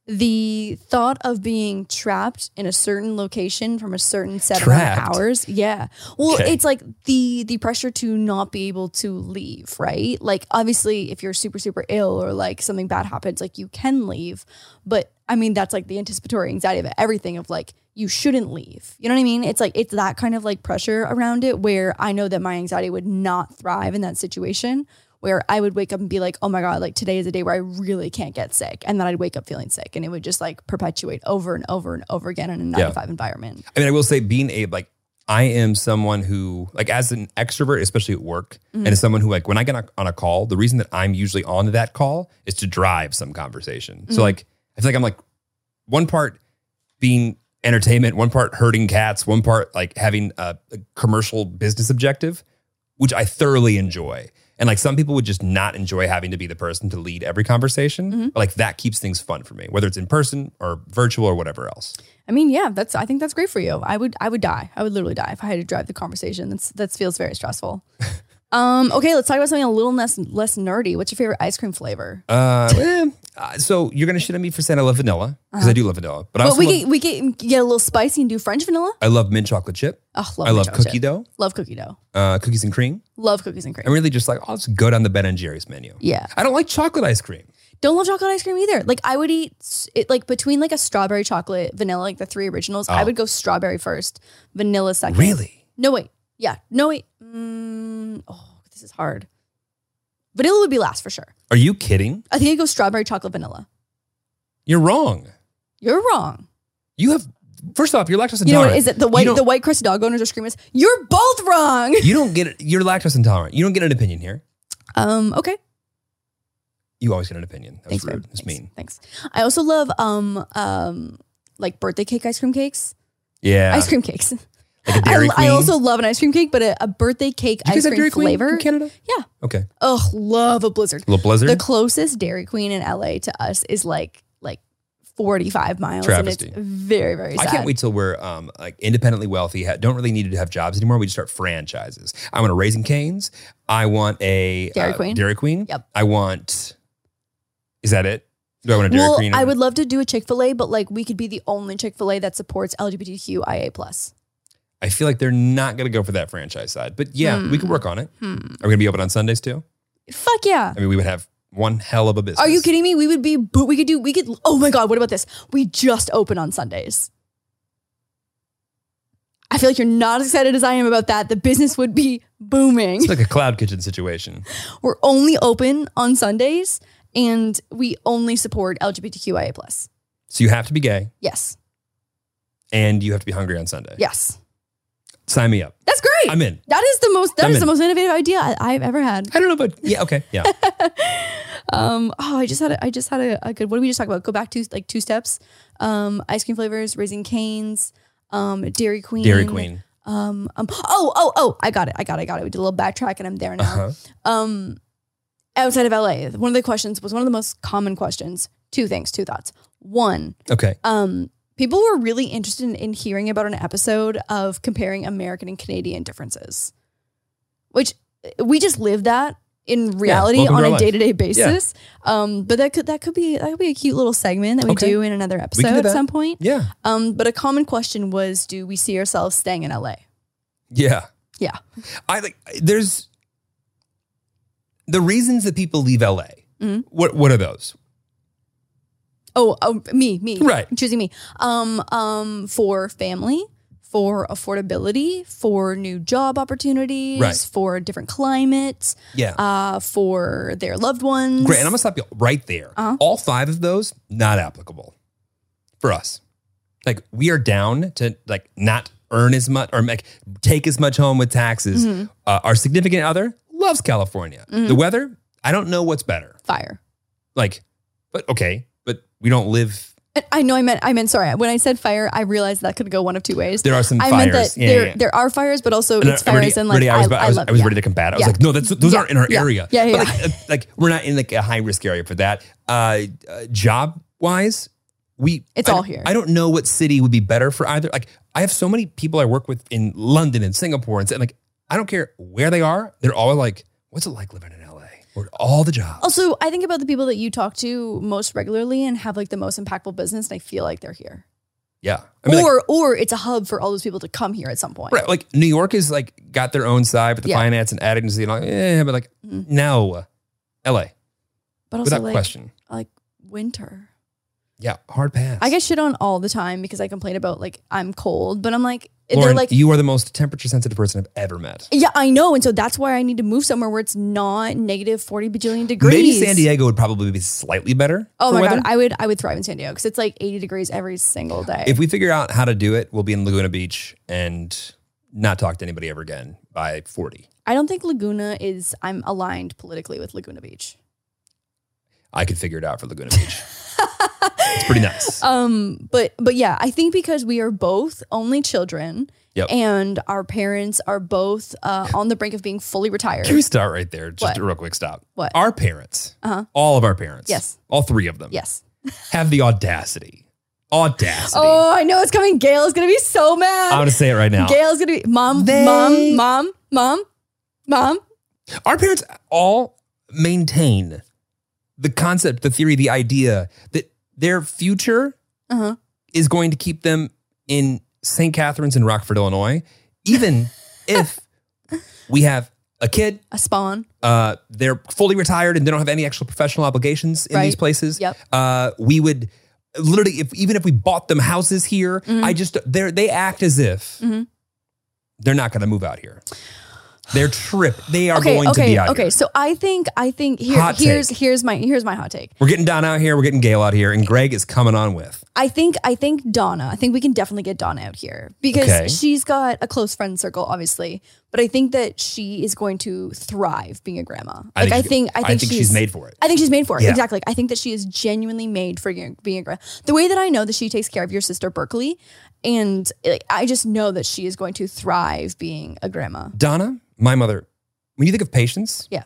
the thought of being trapped in a certain location from a certain set amount Trapped? of hours. Yeah. Well, Okay. it's like the the pressure to not be able to leave, right? Like obviously if you're super, super ill or like something bad happens, like you can leave. But I mean that's like the anticipatory anxiety of everything of like you shouldn't leave. You know what I mean? It's like it's that kind of like pressure around it where I know that my anxiety would not thrive in that situation where I would wake up and be like, oh my God, like today is a day where I really can't get sick. And then I'd wake up feeling sick and it would just like perpetuate over and over and over again in a nine Yeah. to five environment. I mean, I will say, being a like, I am someone who like as an extrovert, especially at work, and as someone who like when I get on- on a call, the reason that I'm usually on that call is to drive some conversation. So like, I feel like I'm like one part being entertainment, one part herding cats, one part like having a, a commercial business objective, which I thoroughly enjoy. And like some people would just not enjoy having to be the person to lead every conversation, but like that keeps things fun for me, whether it's in person or virtual or whatever else. I mean, yeah, that's I think that's great for you. I would I would die. I would literally die if I had to drive the conversation. That's that feels very stressful. um, okay, let's talk about something a little less less nerdy. What's your favorite ice cream flavor? Uh, well, uh, so you're gonna shit at me for saying I love vanilla because I do love vanilla, but, I Uh-huh. But also we love, get, we get get a little spicy and do French vanilla. I love mint chocolate chip. Oh, love I love chocolate cookie chip. dough, Love cookie dough. uh, cookies and cream. Love cookies and cream. I'm really just like I'll just go down the Ben and Jerry's menu. yeah. I don't like chocolate ice cream. Don't love chocolate ice cream either. Like I would eat s- it like between like a strawberry chocolate vanilla like the three originals. I Oh. would go strawberry first, vanilla second. Really? No wait. Yeah. No wait. Mm, oh, this is hard. Vanilla would be last for sure. Are you kidding? I think I go strawberry chocolate vanilla. You're wrong. You're wrong. You have first off, you're lactose intolerant. You know what is it? The white You don't, the white crusted dog owners are screaming. us, You're both wrong. you don't get it. You're lactose intolerant. You don't get an opinion here. Um. Okay. You always get an opinion. That's Thanks, rude. babe. That's Thanks. mean. Thanks. I also love um um like birthday cake ice cream cakes. Yeah. Ice cream cakes. Like a dairy I, I Queen. also love an ice cream cake, but a, a birthday cake Do you guys ice have cream Dairy Queen flavor. in Canada? Yeah. Okay. Ugh, love a blizzard. little blizzard. The closest Dairy Queen in LA to us is like like 45 miles. Travesty. And it's very, very I sad. can't wait till we're um, like independently wealthy. Ha- don't really need to have jobs anymore. We just start franchises. I want a Raising Canes. I want a uh, Dairy Queen? Dairy Queen. Yep. I want. Is that it? Do I want a Dairy Well, Queen? I would love to do a Chick fil A, but like we could be the only Chick fil A that supports LGBTQIA. plus. I feel like they're not going to go for that franchise side. But yeah, we Hmm. could work on it. Are we going to be open on Sundays too? Fuck yeah. I mean, we would have one hell of a business. Are you kidding me? We would be, bo- we could do, we could, oh my God, what about this? We just open on Sundays. I feel like you're not as excited as I am about that. The business would be booming. It's like a cloud kitchen situation. We're only open on Sundays and we only support LGBTQIA. plus. So you have to be gay Yes. and you have to be hungry on Sunday. Yes. Sign me up. That's great. I'm in. That is the most that is I'm in. the most innovative idea I- I've ever had. I don't know, but yeah, okay. Yeah. Um, oh, I just had a, I just had a, a good. What did we just talk about? Go back to like two steps. Um, ice cream flavors, raising canes, um, Dairy Queen, Dairy Queen. Um, um, oh, oh, oh! I got it! I got it! I got it! We did a little backtrack, and I'm there now. Uh-huh. Um, outside of LA, one of the questions was one of the most common questions. Two things, two thoughts. One, Okay. um, people were really interested in, in hearing about an episode of comparing American and Canadian differences, which uh, we just live that in reality welcome to on our a life. day to day basis. Um, but that could that could be that could be a cute little segment that we Okay. do in another do episode at that. some point. Yeah. Um, but a common question was, do we see ourselves staying in LA? Yeah. Yeah. I like there's the reasons that people leave LA. Mhm. What what are those? Oh, oh, me, me, Right. Choosing me. Um, um, for family, for affordability, for new job opportunities, Right. for different climates. Yeah. uh, for their loved ones. Great. And I'm gonna stop you right there. Uh-huh. All five of those not applicable for us. Like we are down to like not earn as much or like take as much home with taxes. Mm-hmm. Uh, our significant other loves California. The weather, I don't know what's better. fire. Like, but okay, but we don't live. And I know I meant I meant sorry. When I said fire, I realized that could go one of two ways. There are some I meant fires. that Yeah, there yeah, yeah. there are fires, but also And it's I- I already- fires and like already I was, about- I, I was, love, I was yeah. ready to combat. it. I was Yeah. like, no, that's those Yeah. aren't in our Yeah. area. Yeah, yeah, But like, uh, like we're not in like a high risk area for that. Uh, uh, job wise, we It's I all don't- here. I don't know what city would be better for either. Like I have so many people I work with in London and Singapore and, s- and like I don't care where they are. They're always like, what's it like living in LA? Where all the jobs. Also, I think about the people that you talk to most regularly and have like the most impactful business, and I feel like they're here. yeah. I mean, like, or or it's a hub for all those people to come here at some point. Right. Like New York is like got their own side with the Yeah. finance and ad agency and all. Yeah, but like no, LA But also without like question. like winter. Yeah, hard pass. I get shit on all the time because I complain about like I'm cold, but I'm like they're Lauren, like you are the most temperature sensitive person I've ever met. Yeah, I know. And so that's why I need to move somewhere where it's not negative 40 bajillion degrees. Maybe San Diego would probably be slightly better. Oh for my weather. God. I would I would thrive in San Diego because it's like 80 degrees every single day. if we figure out how to do it, we'll be in Laguna Beach and not talk to anybody ever again by 40. I don't think Laguna is, I'm aligned politically with Laguna Beach. I could figure it out for Laguna Beach. it's pretty nice. Um, but but yeah, I think because we are both only children Yep. and our parents are both uh, on the brink of being fully retired. Can we start right there? Just What? a real quick stop. What? Our parents, Uh-huh. all of our parents, Yes. all three of them, yes. have the audacity, audacity. Oh, I know it's coming. Gail is gonna be so I'm mad. gonna say it right now. Gail's gonna be mom, They- mom, mom, mom, mom. Our parents all maintain the concept, the theory, the idea that their future Uh-huh. is going to keep them in St. Catharines in Rockford, Illinois, even if we have a kid, A spawn. uh, they're fully retired and they don't have any actual professional obligations in these Right. places. Yep. Uh, we would literally, if even if we bought them houses here, Mm-hmm. I just they they act as if Mhm. they're not going to move out here. They're trip. They are okay, going okay, to be out okay. here. So I think I think here, Hot here's take. here's my here's my hot take. We're getting Don out here. We're getting Gail out here, and Greg is coming on with. I think I think Donna. I think we can definitely get Donna out here because Okay. she's got a close friend circle, obviously. But I think that she is going to thrive being a grandma. Like I she- think I think, she's, made for it. I think she's made for it. Yeah. Exactly. I think that she is genuinely made for your- being a grandma. The way that I know that she takes care of your sister Berkeley, and like, I just know that she is going to thrive being a grandma. Donna, my mother. When you think of patience, Yeah.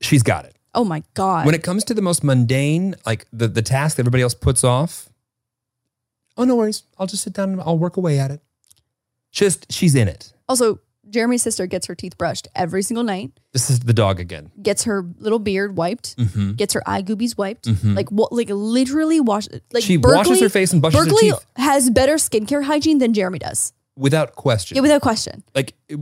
she's got it. Oh my god. When it comes to the most mundane, like the the task that everybody else puts off, oh no worries, I'll just sit down and I'll work away at it. Just she's in it. Also, Jeremy's sister gets her teeth brushed every single night, This is the dog again. gets her little beard wiped, Mm-hmm. gets her eye goobies wiped. Like what? Like literally wash. Like she Berkeley, washes her face and brushes Berkeley her teeth has better skincare hygiene than Jeremy does. without question. Yeah, without question. like it-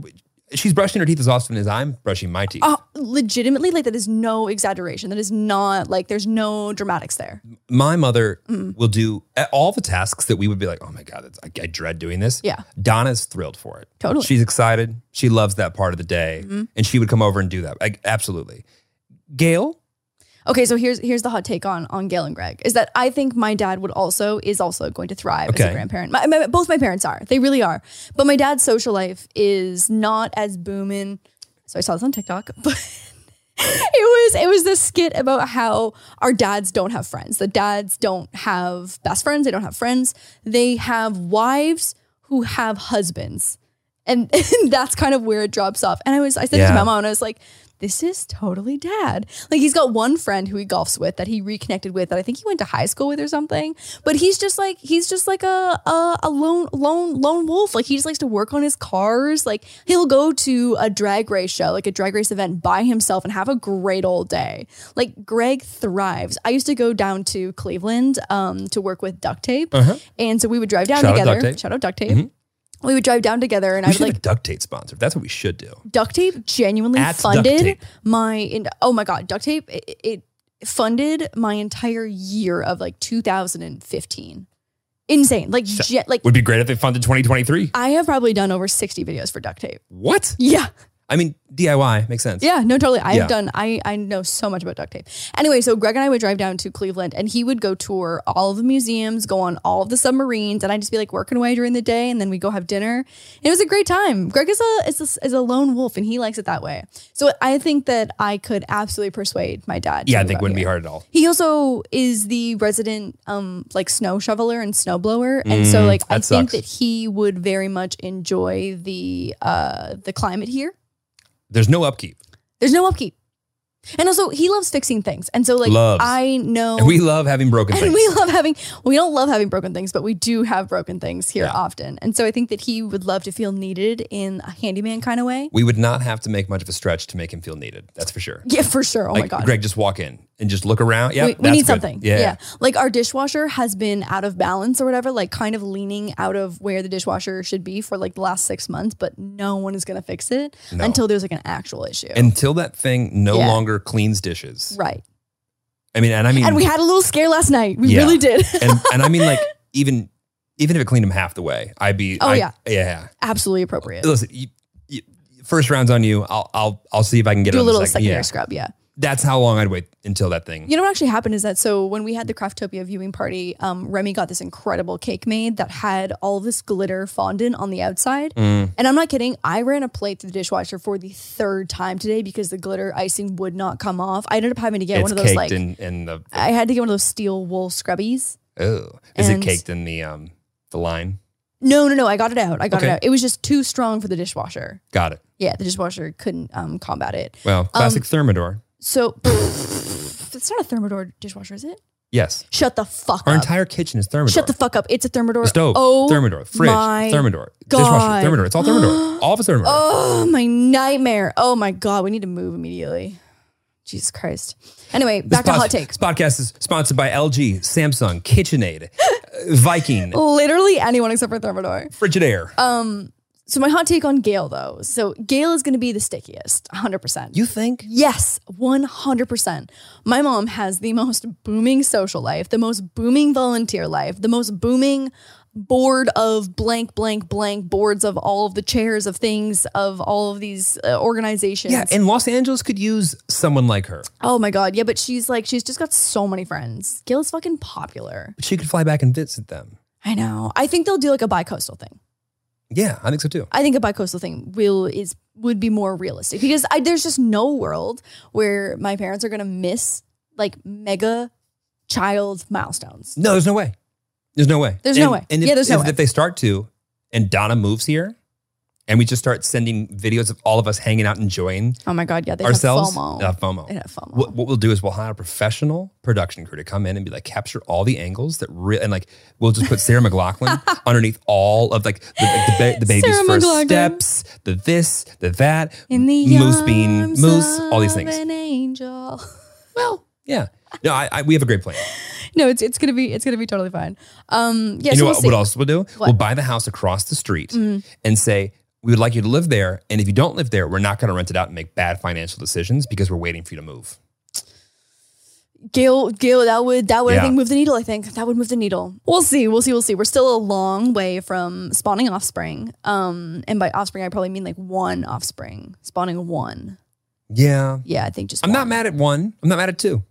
she's brushing her teeth as often as I'm brushing my teeth. Uh, legitimately, like that is no exaggeration. That is not like there's no dramatics there. my mother Mm. will do a- all the tasks that we would be like, oh my God, that's, I, I dread doing this. Yeah. Donna's thrilled for it. Totally. Mm-hmm. She's excited. She loves that part of the day. And she would come over and do that. Like, absolutely. Gail, Okay, so here's here's the hot take on on Gail and Greg is that I think my dad would also is also going to thrive as Okay. a grandparent. My, my- both my parents are, they really are. But my dad's social life is not as booming. So I saw this on TikTok, but it was it was this skit about how our dads don't have friends. The dads don't have best friends. They don't have friends. They have wives who have husbands, and, and that's kind of where it drops off. And I was I said it to Yeah. my mom, and I was like, "This is totally dad." Like he's got one friend who he golfs with that he reconnected with that I think he went to high school with or something. But he's just like he's just like a a, a lone lone lone wolf. Like he just likes to work on his cars. Like he'll go to a drag race show, like a drag race event by himself, and have a great old day. Like Greg thrives. I used to go down to Cleveland um, to work with duct tape, and so we would drive down Uh-huh. Shout out together. Duct Tape. Mm-hmm. Shout out duct tape. We would drive down together, and I we was should like have a duct tape sponsor. That's what we should do. duct tape genuinely At funded Duct Tape. my in, oh my god duct tape it, it funded my entire year of like 2015 insane like ge- like Would be great if they funded 2023. i have probably done over 60 videos for duct tape What? yeah I mean, DIY makes sense. yeah, no, totally. I've Yeah. done. I I know so much about duct tape. Anyway, so Greg and I would drive down to Cleveland, and he would go tour all of the museums, go on all of the submarines, and I'd just be like working away during the day, and then we would go have dinner. And it was a great time. Greg is a is a, is a lone wolf, and he likes it that way. So I think that I could absolutely persuade my dad. to Yeah, I move think out wouldn't here. be hard at all. He also is the resident um like snow shoveler and snow blower. And so like I Mm, that think sucks. that he would very much enjoy the uh the climate here. There's no upkeep. There's no upkeep. And also he loves fixing things. And so like Loves. I know And we love having broken Oh. and things. we love having we don't love having broken things, but we do have broken things here Yeah. often. And so I think that he would love to feel needed in a handyman kind of way. we would not have to make much of a stretch to make him feel needed. That's for sure. Yeah, for sure. Oh my Like, god. Greg, just walk in and just look around. Yeah, we, we need that's good. something. Yeah. Like our dishwasher has been out of balance or whatever, like kind of leaning out of where the dishwasher should be for like the last six months, but no one is going to fix it No. until there's like an actual issue. Until that thing no Yeah. longer cleans dishes. right. I mean, and I mean, And we had a little scare last night. We Yeah. really did. and, and I mean, like even even if it cleaned him half the way, I'd be. Oh, I- yeah. yeah. Absolutely appropriate. Listen, you, you, first round's on you. I'll I'll I'll see if I can get do a it on little the second. secondary Yeah. scrub. Yeah. That's how long I'd wait until that thing. You know what actually happened is that so when we had the Craftopia viewing party, um, Remy got this incredible cake made that had all this glitter fondant on the outside. Mm, And I'm not kidding. I ran a plate through the dishwasher for the third time today because the glitter icing would not come off. I ended up having to get it's one of those caked like in in the. I had to get one of those steel wool scrubbies. oh, is it and- caked in the um the line? No, no, no. I got it out. I got it Okay. out. It was just too strong for the dishwasher. Got it. Yeah, the dishwasher couldn't um, combat it. Well, classic Thermidor. So it's not a Thermador dishwasher, is it? Yes, Shut the fuck our up. entire kitchen is Thermidor. Shut the fuck up. It's a Thermador. The stove, Oh, Thermidor, fridge, my Thermidor, God. dishwasher, Thermidor. It's all Thermidor. all of it's Thermidor. Oh, my nightmare. Oh my God. We need to move immediately. Jesus Christ. Anyway, back to pod- hot takes. This podcast is sponsored by LG, Samsung, KitchenAid, uh, Oh. Viking, Literally anyone except for Thermador. Frigidaire. Um, So my hot take on Gale though. So Gale is going to be the stickiest, 100%. you think? Yes, 100%. My mom has the most booming social life, the most booming volunteer life, the most booming board of blank, blank, blank boards of all of the chairs of things of all of these uh, organizations. Yeah, and Los Angeles could use someone like her. oh my God. Yeah, but she's like, she's just got so many friends. Gail is fucking popular. But she could fly back and visit them. I know. I think they'll do like a bi coastal thing. Yeah, I think so too. I think a bicoastal thing will is would be more realistic because I, there's just no world where my parents are gonna miss like mega child milestones. No, there's no way. There's no way. There's And- no way. And if, Yeah, there's no if, way. if they start to, and Donna moves here, and we just start sending videos of all of us hanging out enjoying Oh my god, yeah, they ourselves. have FOMO. Uh, FOMO. They have FOMO. What, what we'll do is we'll hire a professional production crew to come in and be like capture all the angles that re- and like we'll just put Sarah McLaughlin underneath all of like the, the, ba- the baby's Sarah first McLachlan. steps, the this, the that, In the moose bean, arms moose, all these of things. An angel. Well, yeah. No, I, I, we have a great plan. no, it's it's gonna be it's gonna be totally fine. Um, yeah, you so know we'll what, see. Mm. what else we'll do? We'll buy the house across the street and say, we would like you to live there. And if you don't live there, we're not going to rent it out and make bad financial decisions because we're waiting for you to move. Gail, Gail, that would that would Yeah. I think move the needle. I think that would move the needle. We'll see, we'll see, we'll see. We're still a long way from spawning offspring. Um, and by offspring, I probably mean like one offspring, spawning one. Yeah. Yeah, I think just. I'm not one. mad at one. I'm not mad at two.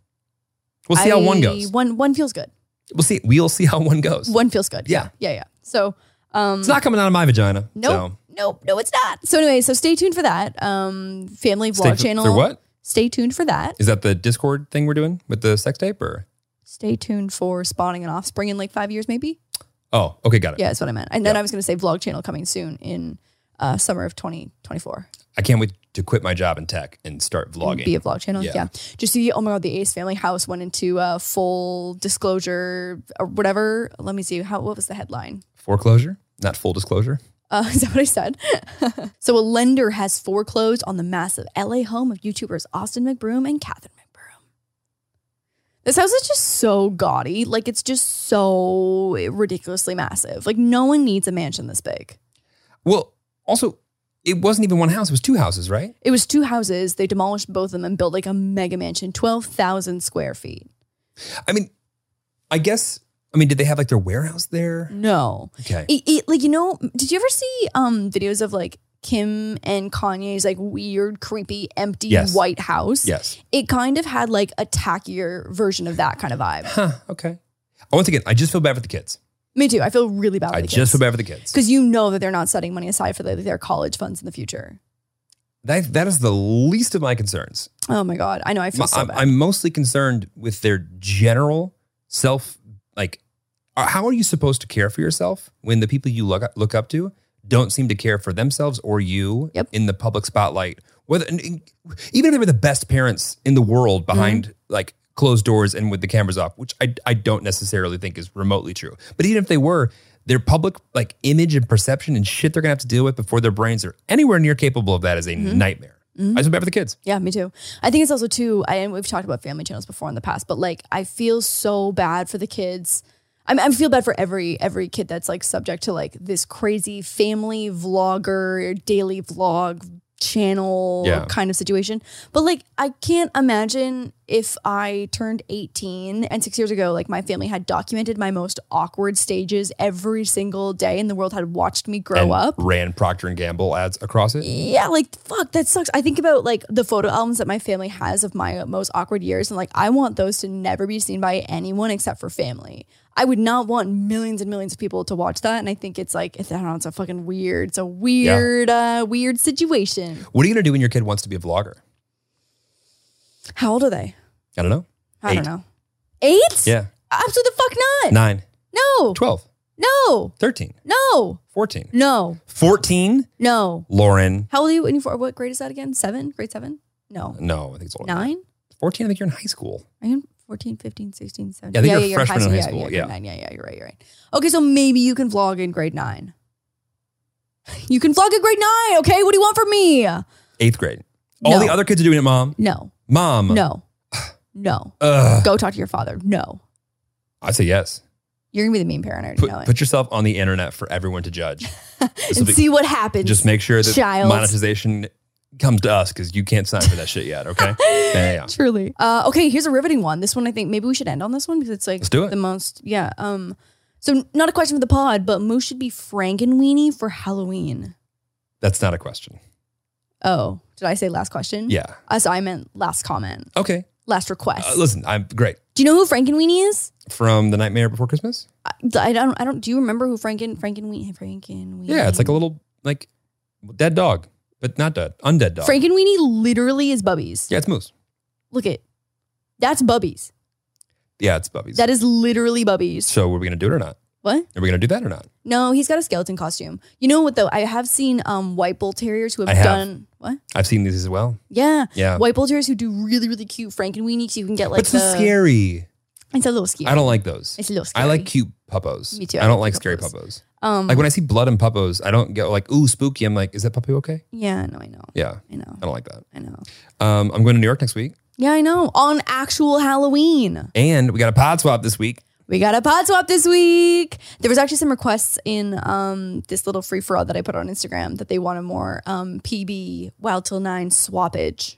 We'll see how I- one goes. One one feels good. We'll see. We'll see how one goes. One feels good. Yeah. yeah, yeah. So, um, It's not coming out of my vagina. nope, So nope, no, it's not. So anyway, so stay tuned for that. Um, family stay vlog for, channel. for what? Stay tuned for that. Is that the Discord thing we're doing with the sex tape or? Stay tuned for spawning an offspring in like five years, maybe. Oh, okay, got it. Yeah, that's what I meant. And then I was going to say vlog channel coming soon in uh, summer of 2024. I can't wait to quit my job in tech and start vlogging. Be a vlog channel. Yeah. Yeah. Just see, oh my God, the Ace Family House went into uh, full disclosure or whatever. Let me see. How, what was the headline? Foreclosure, not full disclosure. Uh, is that what I said? so a lender has foreclosed on the massive LA home of YouTubers Austin McBroom and Catherine McBroom. This house is just so gaudy. Like it's just so ridiculously massive. Like no one needs a mansion this big. Well, also, it wasn't even one house; it was two houses, right? It was two houses. They demolished both of them and built like a mega mansion, 12,000 square feet. I mean, I guess. I mean, did they have like their warehouse Mm. there? No. Okay. It, it, like, you know, did you ever see um videos of like Kim and Kanye's like weird, creepy, empty Yes. white house? Yes. It kind of had like a tackier version of that kind of vibe. Huh. Okay. Once again, I just feel bad for the kids. Me too. I feel really bad. I just feel bad for the kids. because you know that they're not setting money aside for their, their college funds in the future. That, that is the least of my concerns. Oh my god, I know. I feel My- so I'm, bad. I'm mostly concerned with their general self. Like, uh, how are you supposed to care for yourself when the people you look up, look up to don't seem to care for themselves or you Yep. in the public spotlight? Whether and- and even if they were the best parents in the world behind Mm-hmm. like closed doors and with the cameras off, which I I don't necessarily think is remotely true. But even if they were. Their public like image and perception and shit they're gonna have to deal with before their brains are anywhere near capable of that is a Mm-hmm. nightmare. I just feel bad for the kids. Yeah, me too. I think it's also too. I, and we've talked about family channels before in the past, but like I feel so bad for the kids. I, mean, I feel bad for every every kid that's like subject to like this crazy family vlogger daily vlog channel Yeah. kind of situation. But like I can't imagine if I turned 18 and 6 years ago like my family had documented my most awkward stages every single day and the world had watched me grow and up. Ran Procter and Gamble ads across it. Yeah, like fuck, that sucks. I think about like the photo albums that my family has of my most awkward years, and like I want those to never be seen by anyone except for family. I would not want millions and millions of people to watch that, and I think it's like it's, I don't know, it's a fucking weird, it's a weird, uh, weird situation. What are you gonna do when your kid wants to be a vlogger? How old are they? I don't know. I Eight. don't know. Eight? Yeah. Absolutely the fuck not. Nine, No. 12, No. 13, No. 14. No. 14? No. Lauren. How old are you when you? What grade is that again? Seven? Grade seven? No. No, I think it's older. than that. Nine? 14, I think you're in high school. I am 14, 15, 16, 17. Yeah, I think you're a you're in freshman in high Yeah, school, yeah, yeah. grade nine. yeah, yeah, you're right, you're right. Okay, so maybe you can vlog in grade nine. You can vlog in grade nine, okay? What do you want from me? Eighth grade. All No. the other kids are doing it, mom. No, Mom. no, no. Ugh. Go talk to your father. No. I'd say yes. You're gonna be the mean parent. I already Put, know it. put yourself on the internet for everyone to judge. This will and be- see what happens. just make sure that child. monetization comes to us because you can't sign for that shit yet, okay? yeah, yeah, yeah. Truly. Uh, okay, here's a riveting one. This one, I think maybe we should end on this one because it's like Let's do it. the most. Yeah. Um. So not a question for the pod, but Moose should be Frankenweenie for Halloween. That's not a question. Oh, did I say last question? Yeah. Uh, so I meant last comment, Okay. last request. Uh, listen, I'm great. do you know who Frankenweenie is? From The Nightmare Before Christmas? I, I don't. I don't. Do you remember who Franken Frankenweenie Frankenweenie? Yeah, it's like a little like dead dog, but not dead, undead dog. Frankenweenie literally is Bubbies. yeah, it's moose. Look it. That's Bubbies. Yeah, it's Bubbies. That is literally Bubbies. so were we gonna do it or not? What? Are we going to do that or not? No, he's got a skeleton costume. You know what though? I have seen um white bull terriers who have, I have. done what? I've seen these as well. Yeah. Yeah. White bull terriers who do really, really cute Frankenweenies. You can get but like it's so the scary. It's a little scary. I don't like those. It's a little scary. I like cute puppos. Me too, I don't like scary puppos. Um. Like when I see blood and puppos, I don't go like, ooh, spooky. I'm like, is that puppy okay? yeah. No, I know. Yeah. I know. I don't like that. I know. Um, I'm going to New York next week. Yeah, I know. On actual Halloween. And we got a pod swap this week. We got a pod swap this week. There was actually some requests in um, this little free for all that I put on Instagram that they wanted more um, PB Wild Till Nine swappage.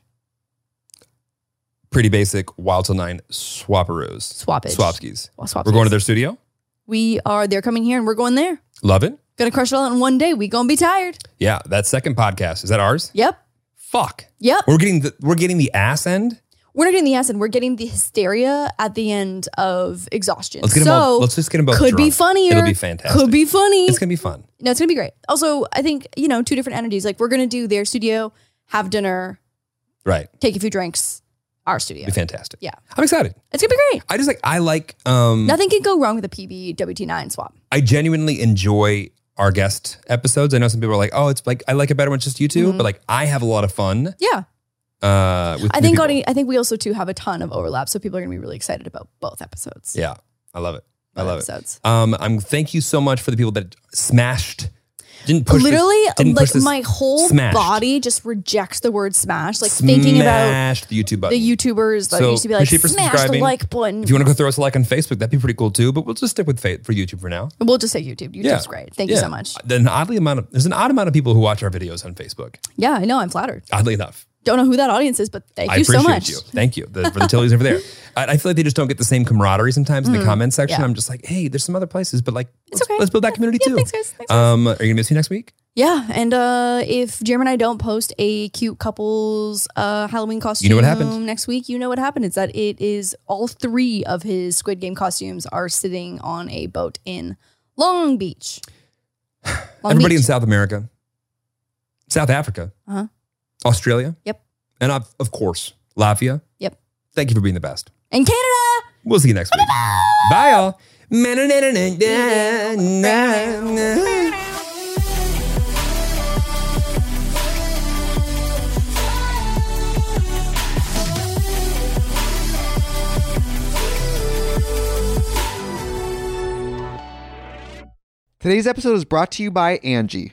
Pretty basic, wild till nine swapperoos. Swappage. Swapskis. Well, swapsies. We're going to their studio. We are. They're coming here, and we're going there. Love it. Gonna crush it all in one day. We gonna be tired. Yeah. That second podcast. Is that ours? Yep. Fuck. Yep. We're getting the we're getting the ass end. We're not getting the acid. We're getting the hysteria at the end of exhaustion. Let's get so them both. Let's just get them both. could be drunk. funnier. It'll be fantastic. Could be funny. It's gonna be fun. No, it's gonna be great. Also, I think you know two different energies. Like we're gonna do their studio, have dinner, Right. take a few drinks, our studio. Be fantastic. Yeah. I'm excited. It's gonna be great. I just like I like um Nothing can go wrong with a PB WT9 swap. I genuinely enjoy our guest episodes. I know some people are like, oh, it's like I like it better when it's just you 2 but like I have a lot of fun. Yeah, Uh, Mm-hmm. I with new think people. audi- I think we also too have a ton of overlap, so people are gonna be really excited about both episodes. Yeah, I love it. I Both love it. episodes. Um, I'm thank you so much for the people that smashed, didn't push this- Literally, didn't push like this- my whole smashed. body just rejects the word smash. Like thinking about smashed the YouTube button. the YouTubers that So, used to be like appreciate for smash the subscribing. like button. if you want to go throw us a like on Facebook, that'd be pretty cool too. But we'll just stick with faith for YouTube for now. we'll just say YouTube. YouTube's Yeah. great. Thank you Yeah. so much. An oddly amount of there's an odd amount of people who watch our videos on Facebook. Yeah, I know. I'm flattered. Oddly enough, Don't know who that audience is, but thank I you so appreciate much. you. Thank you. The volatility's over there. I, I feel like they just don't get the same camaraderie sometimes in the comment section. Mm-hmm. Yeah. I'm just like, hey, there's some other places, but like, let's, okay. let's build that community Yeah, too. thanks, guys. Thanks, guys. Um, are you gonna miss me next week? Yeah, and uh, if Jeremy and I don't post a cute couple's uh, Halloween costume, know what happened. next week. You know what happened? It's that it is all three of his Squid Game costumes are sitting on a boat in Long Beach. Long Everybody in Beach. South America, South Africa, Uh-huh. Australia. Yep. And of, of course, Latvia. Yep. Thank you for being the best. and Canada. We'll see you next week. Bye, y'all. Today's episode is brought to you by Angie.